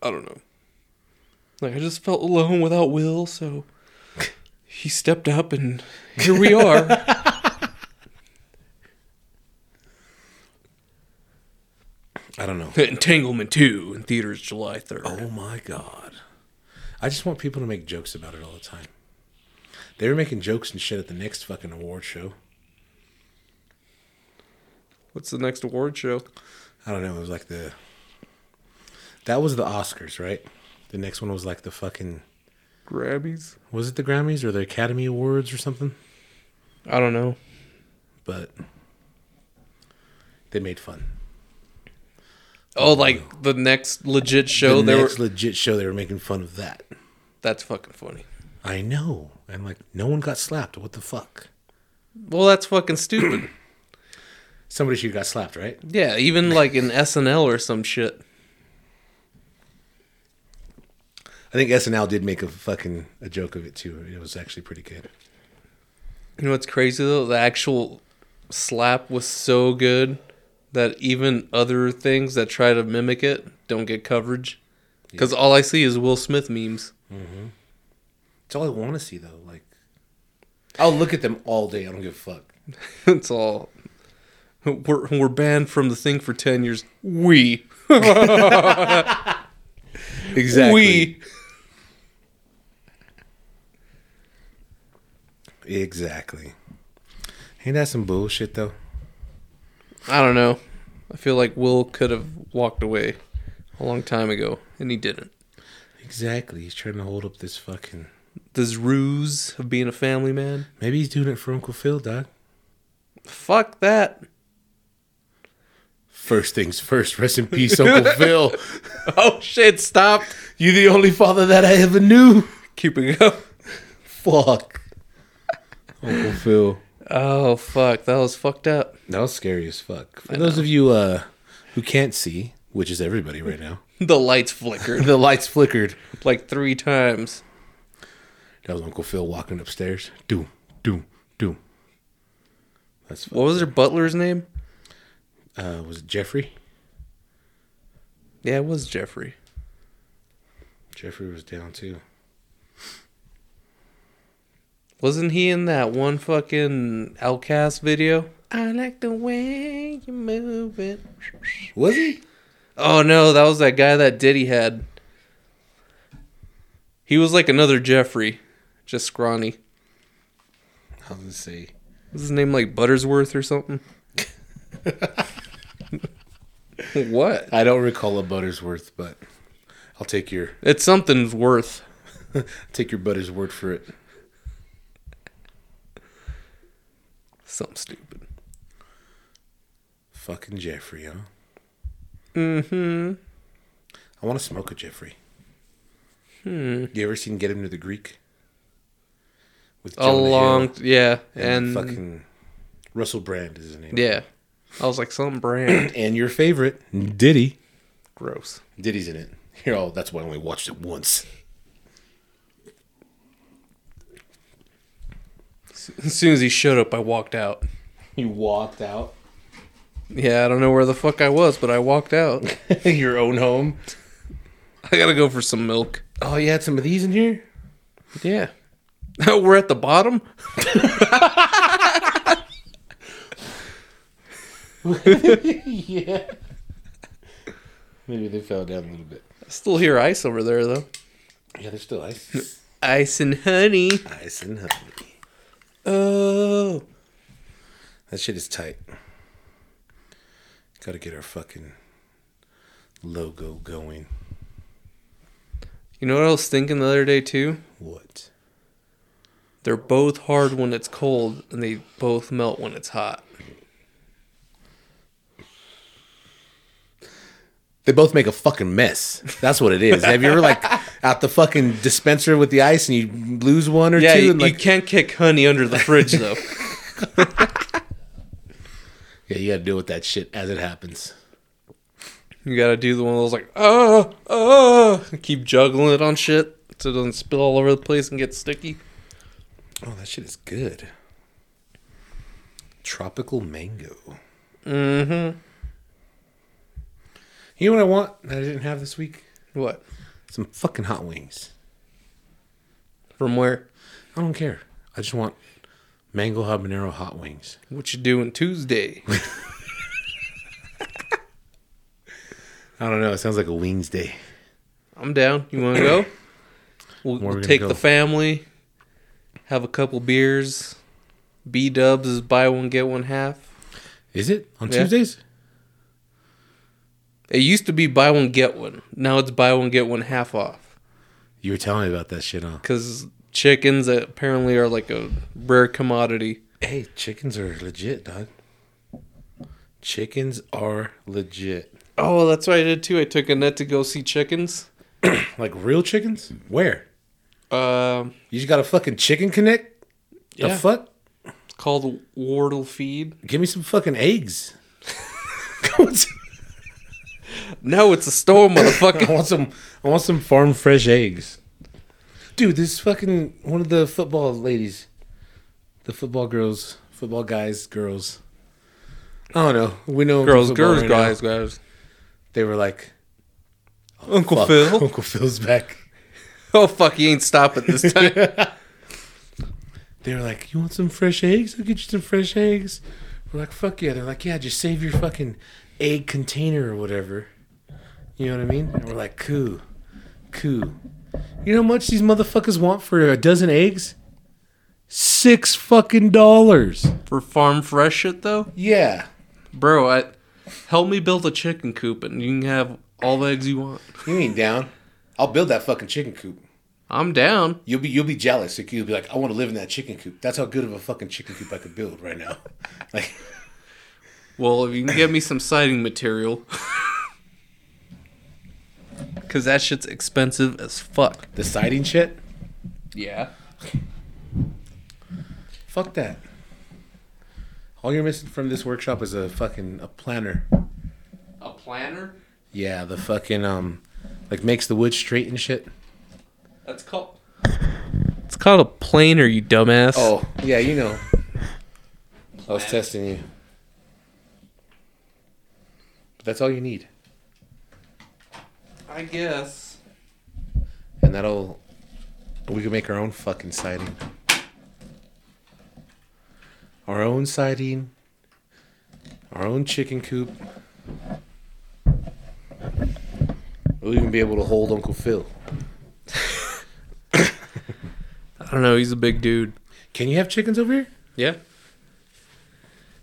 I don't know. Like I just felt alone without Will, so he stepped up, and here we are.
I don't know.
Entanglement Two in theaters July third.
Oh my god. I just want people to make jokes about it all the time. They were making jokes and shit at the next fucking award show.
What's the next award show?
I don't know. It was like the. That was the Oscars, right? The next one was like the fucking.
Grammys.
Was it the Grammys or the Academy Awards or something?
I don't know.
But. They made fun.
Oh, like the next legit show.
the
They were.
next legit show, they were making fun of that.
That's fucking funny.
I know. And like, no one got slapped. What the fuck?
Well, that's fucking stupid.
Somebody should have got slapped, right?
yeah, even like in SNL or some shit.
I think SNL did make a fucking a joke of it too. It was actually pretty good.
You know what's crazy though? The actual slap was so good that even other things that try to mimic it don't get coverage. Because all I see is Will Smith memes.
It's all I want to see though. Like, I'll look at them all day. I don't give a fuck.
it's all. We're, we're banned from the thing for 10 years. We. We.
Exactly. Ain't that some bullshit though?
I don't know. I feel like Will could have walked away a long time ago, and he didn't.
Exactly. He's trying to hold up this fucking.
This ruse of being a family man.
Maybe he's doing it for Uncle Phil, dog.
Fuck that.
First things first. Rest in peace, Uncle Phil.
Oh shit, stop.
You're the only father that I ever knew.
Keep it going.
Fuck. Uncle Phil.
Oh fuck, that was fucked up.
That was scary as fuck. For those of you uh, who can't see, which is everybody right now,
The lights flickered
the lights flickered.
like three times.
That was Uncle Phil walking upstairs. Doom, doom, doom. That's
What was her butler's name?
uh, was it Jeffrey?
Yeah, it was Jeffrey.
Jeffrey was down too.
Wasn't he in that one fucking Outcast video? I like the way you move it.
Was he?
Oh no, that was that guy that Diddy had. He was like another Jeffrey, just scrawny.
I was gonna say.
Was his name like Buttersworth or something? what?
I don't recall a Buttersworth, but I'll take your
It's something's worth.
take your Butter's word for it.
Something stupid.
Fucking Jeffrey, huh?
Mm-hmm.
I want to smoke a Jeffrey. Hmm. You ever seen Get Him to the Greek? With
a
Jonah
long
Hill
yeah
and,
and
fucking Russell Brand is his name.
yeah i was like some brand
And your favorite Diddy.
gross
Diddy's in it. Here, oh, that's why I only watched it once.
as soon as he showed up i walked out
You walked out.
Yeah, I don't know where the fuck I was, but I walked out.
Your own home.
I gotta go for some milk.
Oh, you had some of these in here?
Yeah. We're at the bottom?
yeah. Maybe they fell down a little bit.
I still hear ice over there, though.
Yeah, they're still ice.
Ice and honey.
ice and honey.
Oh.
That shit is tight. Gotta get our fucking logo going.
You know what I was thinking the other day, too?
What?
They're both hard when it's cold, and they both melt when it's hot.
They both make a fucking mess. That's what it is. Have you ever like out the fucking dispenser with the ice and you lose one or
Yeah,
two?
you,
And,
you
like,
can't kick honey under the fridge, though.
yeah, you gotta deal with that shit as it happens.
you gotta do the one of those, like, oh, oh. Keep juggling it on shit so it doesn't spill all over the place and get sticky.
Oh, that shit is good. Tropical mango.
Mm
You know what I want that I didn't have this week?
hmm. What?
Some fucking hot wings.
From where?
I don't care. I just want mango habanero hot wings.
What you doing Tuesday?
I don't know. It sounds like a wings day.
I'm down. You want to go?
Where
We'll,
are we
we'll
gonna
take
go?
the family, have a couple beers. B Dubs is buy one get one half.
Is it on
Yeah.
Tuesdays?
It used to be buy one get one. Now it's buy one get one half off
You were telling me about that shit, huh?
because chickens apparently are like a rare commodity.
Hey, chickens are legit, dog. Chickens are legit.
Oh, that's what I did too. I took Annette to go see chickens.
Like real chickens? Where?
Um,
You just got a fucking chicken connect? The
Yeah.
fuck?
it's called Wardle Feed.
Give me some fucking eggs.
No, it's a store,
I
motherfucker.
want some I want some farm fresh eggs. Dude, this fucking one of the football ladies. The football girls, football guys, girls. I don't know. We know
girls,
football
girls,
right now.
guys, guys.
They were like oh,
Uncle
fuck,
Phil.
Uncle Phil's back.
Oh fuck, he ain't stopping this time.
They were like, "You want some fresh eggs? I'll get you some fresh eggs." We're like, "Fuck yeah!" They're like, "Yeah, just save your fucking egg container or whatever." You know what I mean? And we're like, "Cool, cool." You know how much these motherfuckers want for a dozen eggs? Six fucking dollars.
For farm fresh shit though,
Yeah.
bro, I, help me build a chicken coop and you can have all the eggs you want.
You ain't down. I'll build that fucking chicken coop.
I'm down.
You'll be you'll be jealous. Like, You'll be like, "I want to live in that chicken coop." That's how good of a fucking chicken coop I could build right now. Like,
Well, if you can get me some siding material, because that shit's expensive as fuck.
the siding shit.
Yeah.
Fuck that. All you're missing from this workshop is a fucking a planner.
A planner?
Yeah, the fucking um, like makes the wood straight and shit.
That's called. It's called a planer, you dumbass.
Oh yeah, you know. I was testing you. But that's all you need,
I guess.
and that'll. We can make our own fucking siding. Our own siding. Our own chicken coop. We'll even be able to hold Uncle Phil.
I don't know. He's a big dude.
Can you have chickens over here?
Yeah.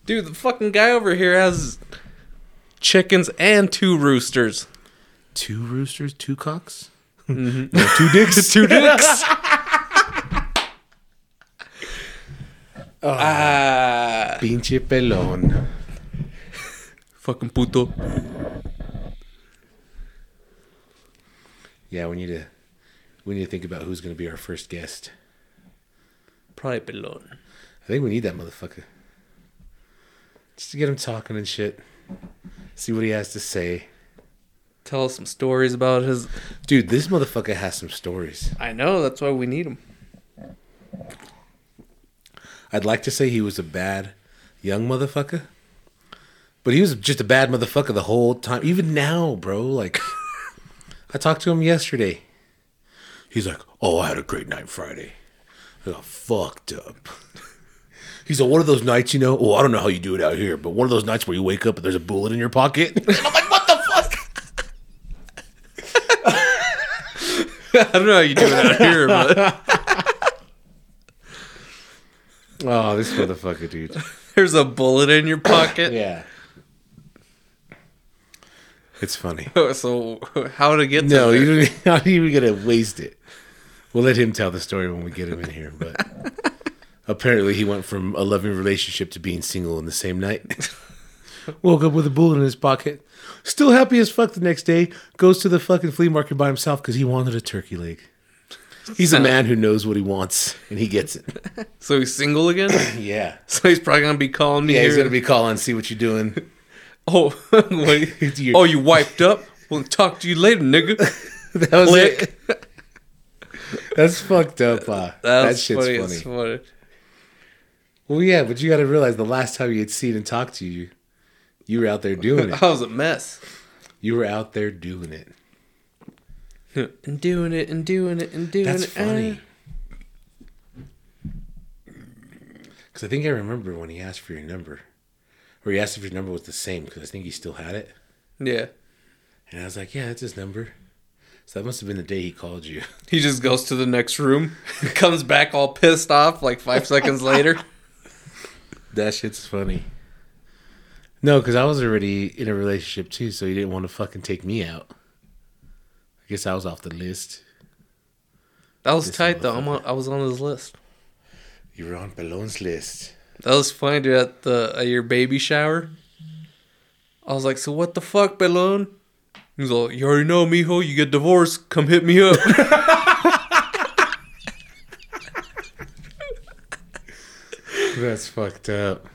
Dude, the fucking guy over here has chickens and two roosters.
Two roosters, two cocks, No, two dicks,
two dicks. Ah,
Pinche pelón.
fucking puto.
Yeah, we need to we need to think about who's going to be our first guest.
Probably pelon.
I think we need that motherfucker just to get him talking and shit. See what he has to say,
Tell us some stories about his.
dude. This motherfucker has some stories.
I know that's why we need him.
I'd like to say he was a bad young motherfucker, But he was just a bad motherfucker the whole time. Even now, bro. Like, I talked to him yesterday. He's like, "Oh, I had a great night Friday. I got fucked up." He's like, "One of those nights, you know? Oh, I don't know how you do it out here, but one of those nights where you wake up and there's a bullet in your pocket." And I'm like, "What the fuck?"
I don't know how you do it out here, but
Oh, this motherfucker, dude.
there's a bullet in your pocket.
Yeah. It's funny.
So how to get
No,
to
you
there?
don't, you're not even gonna waste it. We'll let him tell the story when we get him in here. But apparently, he went from a loving relationship to being single in the same night. Woke up with a bullet in his pocket. Still happy as fuck the next day. Goes to the fucking flea market by himself because he wanted a turkey leg. He's a man who knows what he wants and he gets it.
So he's single again.
Yeah.
so he's probably gonna be calling me.
Yeah, he's
here.
gonna be calling, see what you're doing.
Oh, wait.
It's your-
oh, you wiped up. We'll talk to you later, nigga.
That was
Click.
it. That's fucked up. Uh, that
That's
shit's
funny.
funny.
as funny.
Well, yeah, but you got to realize the last time you had seen and talked to you, you were out there doing it.
I was a mess.
You were out there doing it.
and doing it and doing it and doing
That's
it. Eh.
funny. eh. Because I think I remember when he asked for your number, or he asked if your number was the same. Because I think he still had it,
Yeah.
and I was like, "Yeah, that's his number." So that must have been the day he called you.
He just goes to the next room, comes back all pissed off like five seconds later.
That shit's funny. No, because I was already in a relationship too, so he didn't want to fucking take me out. I guess I was off the list.
That was tight though. I'm on, I was on his list.
You were on Balloon's list.
That was funny dude, at the at your baby shower. I was like, so what the fuck, Balloon? He's like, you already know, mijo. You get divorced, come hit me up.
That's fucked up.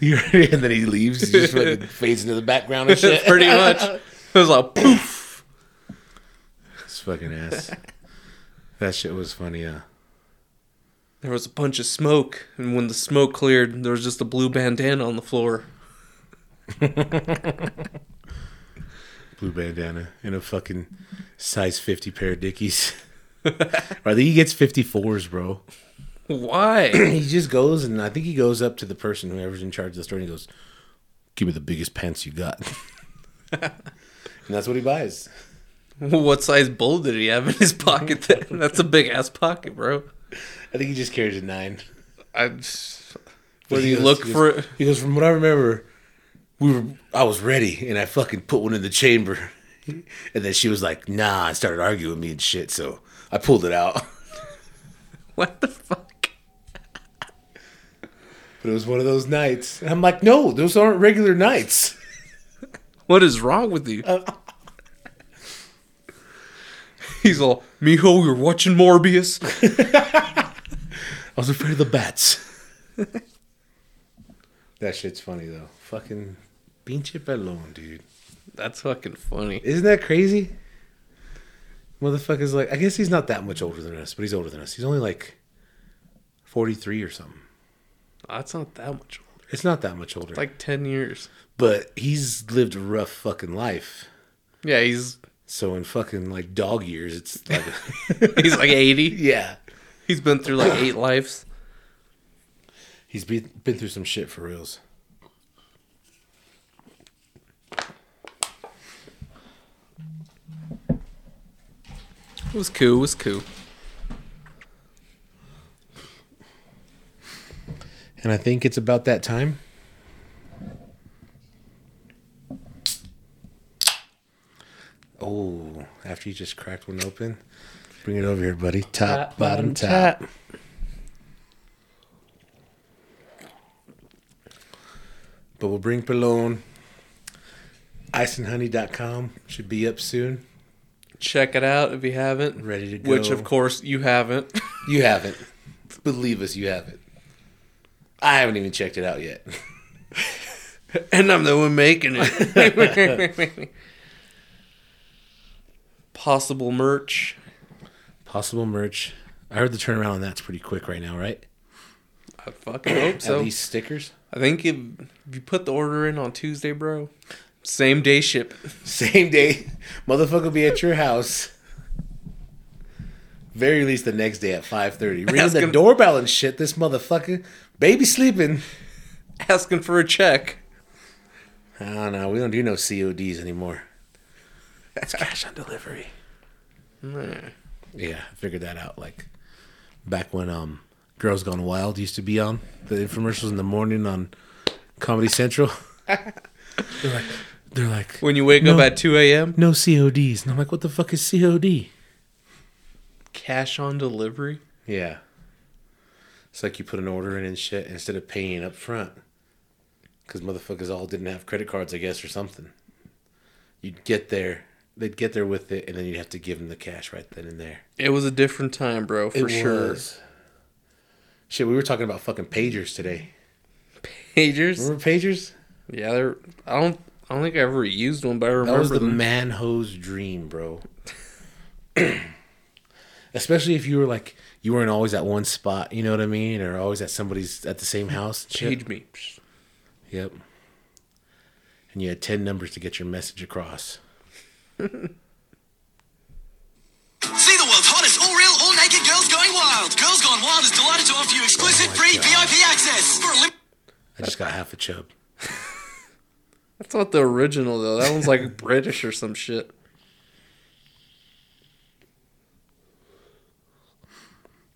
You're, and then he leaves. He just fucking fades into the background and shit.
Pretty much. It was like poof.
His fucking ass. That shit was funny. Uh,
There was a bunch of smoke, and when the smoke cleared, there was just a blue bandana on the floor.
blue bandana and a fucking size 50 pair of Dickies. I think he gets 54s, bro.
Why?
He just goes, and I think he goes up to the person, whoever's in charge of the store, and he goes, Give me the biggest pants you got. and that's what he buys.
what size bowl did he have in his pocket? Then? That's a big ass pocket, bro.
I think he just carries a nine.
I. Just... What
But
do
he
you
goes-
look
he
for?
goes- He goes, from what I remember, we were I was ready and I fucking put one in the chamber. And then she was like, nah, and started arguing with me and shit, so I pulled it out.
What the fuck?
But it was one of those nights. And I'm like, no, those aren't regular nights.
What is wrong with you?
Uh,
He's all, Mijo, you're watching Morbius.
I was afraid of the bats. that shit's funny though. Fucking pinche pelon, dude.
That's fucking funny.
Isn't that crazy? Motherfucker's like, I guess he's not that much older than us, but he's older than us. He's only like 43 or something.
That's not that much older.
It's not that much older.
Like ten years.
but he's lived a rough fucking life.
Yeah, he's
So in fucking like dog years, it's like
he's like eighty.
yeah,
He's been through like eight lives.
he's been been through some shit for reals.
It was cool. It was cool.
And I think it's about that time. Oh, after you just cracked one open, bring it over here, buddy. Top, bottom, top. But we'll bring Pelone. Iceandhoney.com should be up soon.
Check it out if you haven't.
Ready to
Which,
go.
of course, you haven't.
You haven't. Believe us, you haven't. I haven't even checked it out yet.
and I'm the one making it. Possible merch.
Possible merch. I heard the turnaround on that's pretty quick right now, right?
I fucking hope
At
so.
least stickers.
I think if, if you put the order in on Tuesday, bro, same day ship.
Same day, motherfucker, will be at your house. Very least the next day at five thirty. Ringing
That's
the
gonna-
doorbell and shit. This motherfucker, baby sleeping.
Asking for a check.
I don't know. We don't do no CODs anymore. That's cash on delivery. Yeah, I figured that out. Like back when um, Girls Gone Wild used to be on the infomercials in the morning on Comedy Central. they're like, they're like,
When you wake
No.
up at 2 a.m.,
no CODs, and I'm like, what the fuck is COD?
cash on delivery.
Yeah. It's like you put an order in and shit instead of paying up front. Because motherfuckers all didn't have credit cards, I guess, or something. You'd get there, they'd get there with it, and then you'd have to give them the cash right then and there.
It was a different time, bro, for sure.
Shit, we were talking about fucking pagers today.
Pagers.
Remember pagers?
Yeah, they're. I don't. I don't think I ever used one, but I
That
remember
was the
them.
man ho's dream, bro. Especially if you were like, you weren't always at one spot, you know what I mean? Or always at somebody's at the same house. and shit.
Page me. Psh,
Yep. And you had 10 numbers to get your message across.
See the world's hottest, all real, all naked girls going wild. Girls Gone Wild is delighted to offer you exclusive free VIP access for a limited.
I just got half a chub.
That's not the original though. That one's like British or some shit.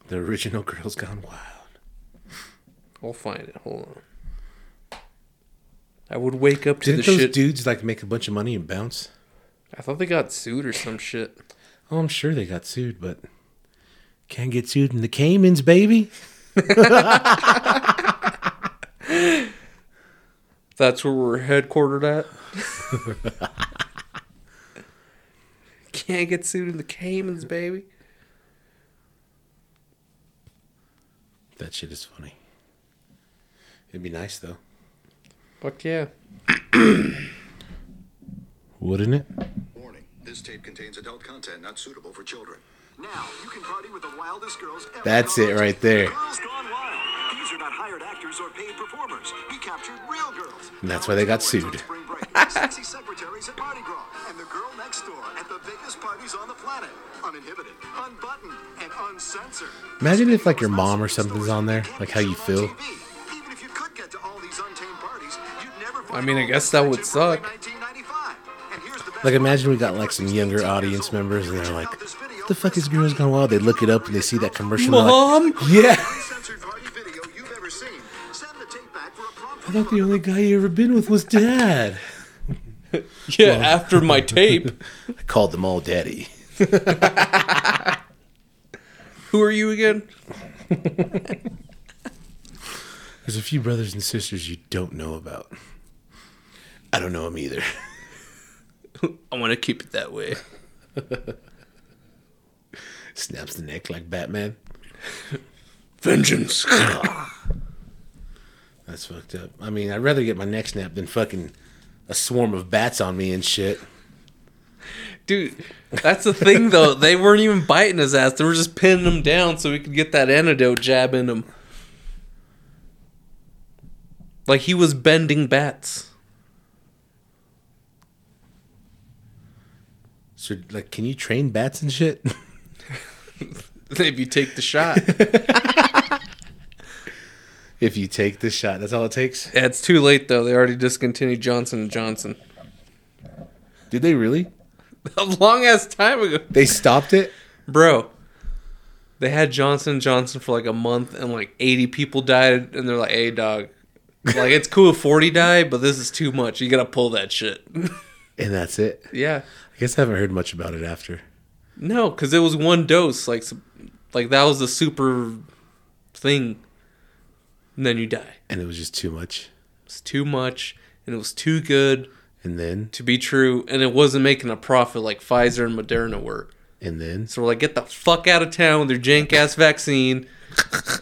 The original Girls Gone Wild.
I'll find it. Hold on. I would wake up to
Didn't
the
those
shit.
dudes like make a bunch of money and bounce?
I thought they got sued or some shit.
Oh, I'm sure they got sued, but can't get sued in the Caymans, baby.
That's where we're headquartered at. Can't get sued in the Caymans, baby.
That shit is funny. It'd be nice though,
Fuck yeah.
wouldn't it?
Warning, this tape contains adult content not suitable for children. Now, you can party with the wildest girls ever.
That's
gone
it
wild.
right there.
Girls Gone Wild. These are not hired actors or paid performers. We captured real girls.
And that's why they got
Now,
sued.
spring break, Sexy secretaries at Mardi Gras, and the girl next door at the biggest parties on the planet. Uninhibited, unbuttoned, and uncensored.
Imagine if, like, your mom or something's on there, like how you feel.
Even if you could get to all these untamed parties, you'd never find
mean, I
all
guess that would
section from early
suck.
1995. And here's the best
Like, imagine we got like some younger audience members, and they're like, "The fuck is Girls Gone Wild?" They look it up and they see that commercial. and they're
Mom?
like, yeah.
Uncensored party video you've ever seen. Send the tape back for a prompt
I thought the only guy you ever been with was Dad.
Yeah, after my tape.
I called them all Daddy.
Who are you again?
There's a few brothers and sisters you don't know about. I don't know them either.
I want to keep it that way.
Snaps the neck like Batman.
Vengeance.
That's fucked up. I mean, I'd rather get my neck snapped than fucking a swarm of bats on me and shit.
Dude, that's the thing though. They weren't even biting his ass. They were just pinning him down so we could get that antidote jab in him. Like he was bending bats.
So, like, can you train bats and shit?
If you take the shot.
if you take this shot, that's all it takes.
Yeah, it's too late though. They already discontinued Johnson and Johnson
Did they really?
a long ass time ago,
They stopped it.
bro. They had Johnson and Johnson for like a month, and like eighty people died, and they're like, "Hey, dog, like it's cool if forty die, but this is too much. You gotta pull that shit."
And that's it.
yeah,
I guess I haven't heard much about it after.
no, because it was one dose. Like, s- like that was the super thing, and then you die.
And it was just too much.
It's too much, and it was too good
And then,
to be true, and it wasn't making a profit like Pfizer and Moderna were.
and then.
So we're like, get the fuck out of town with your jank ass vaccine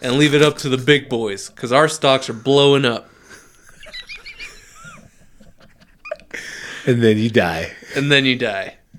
and leave it up to the big boys because our stocks are blowing up.
And then you die.
And then you die.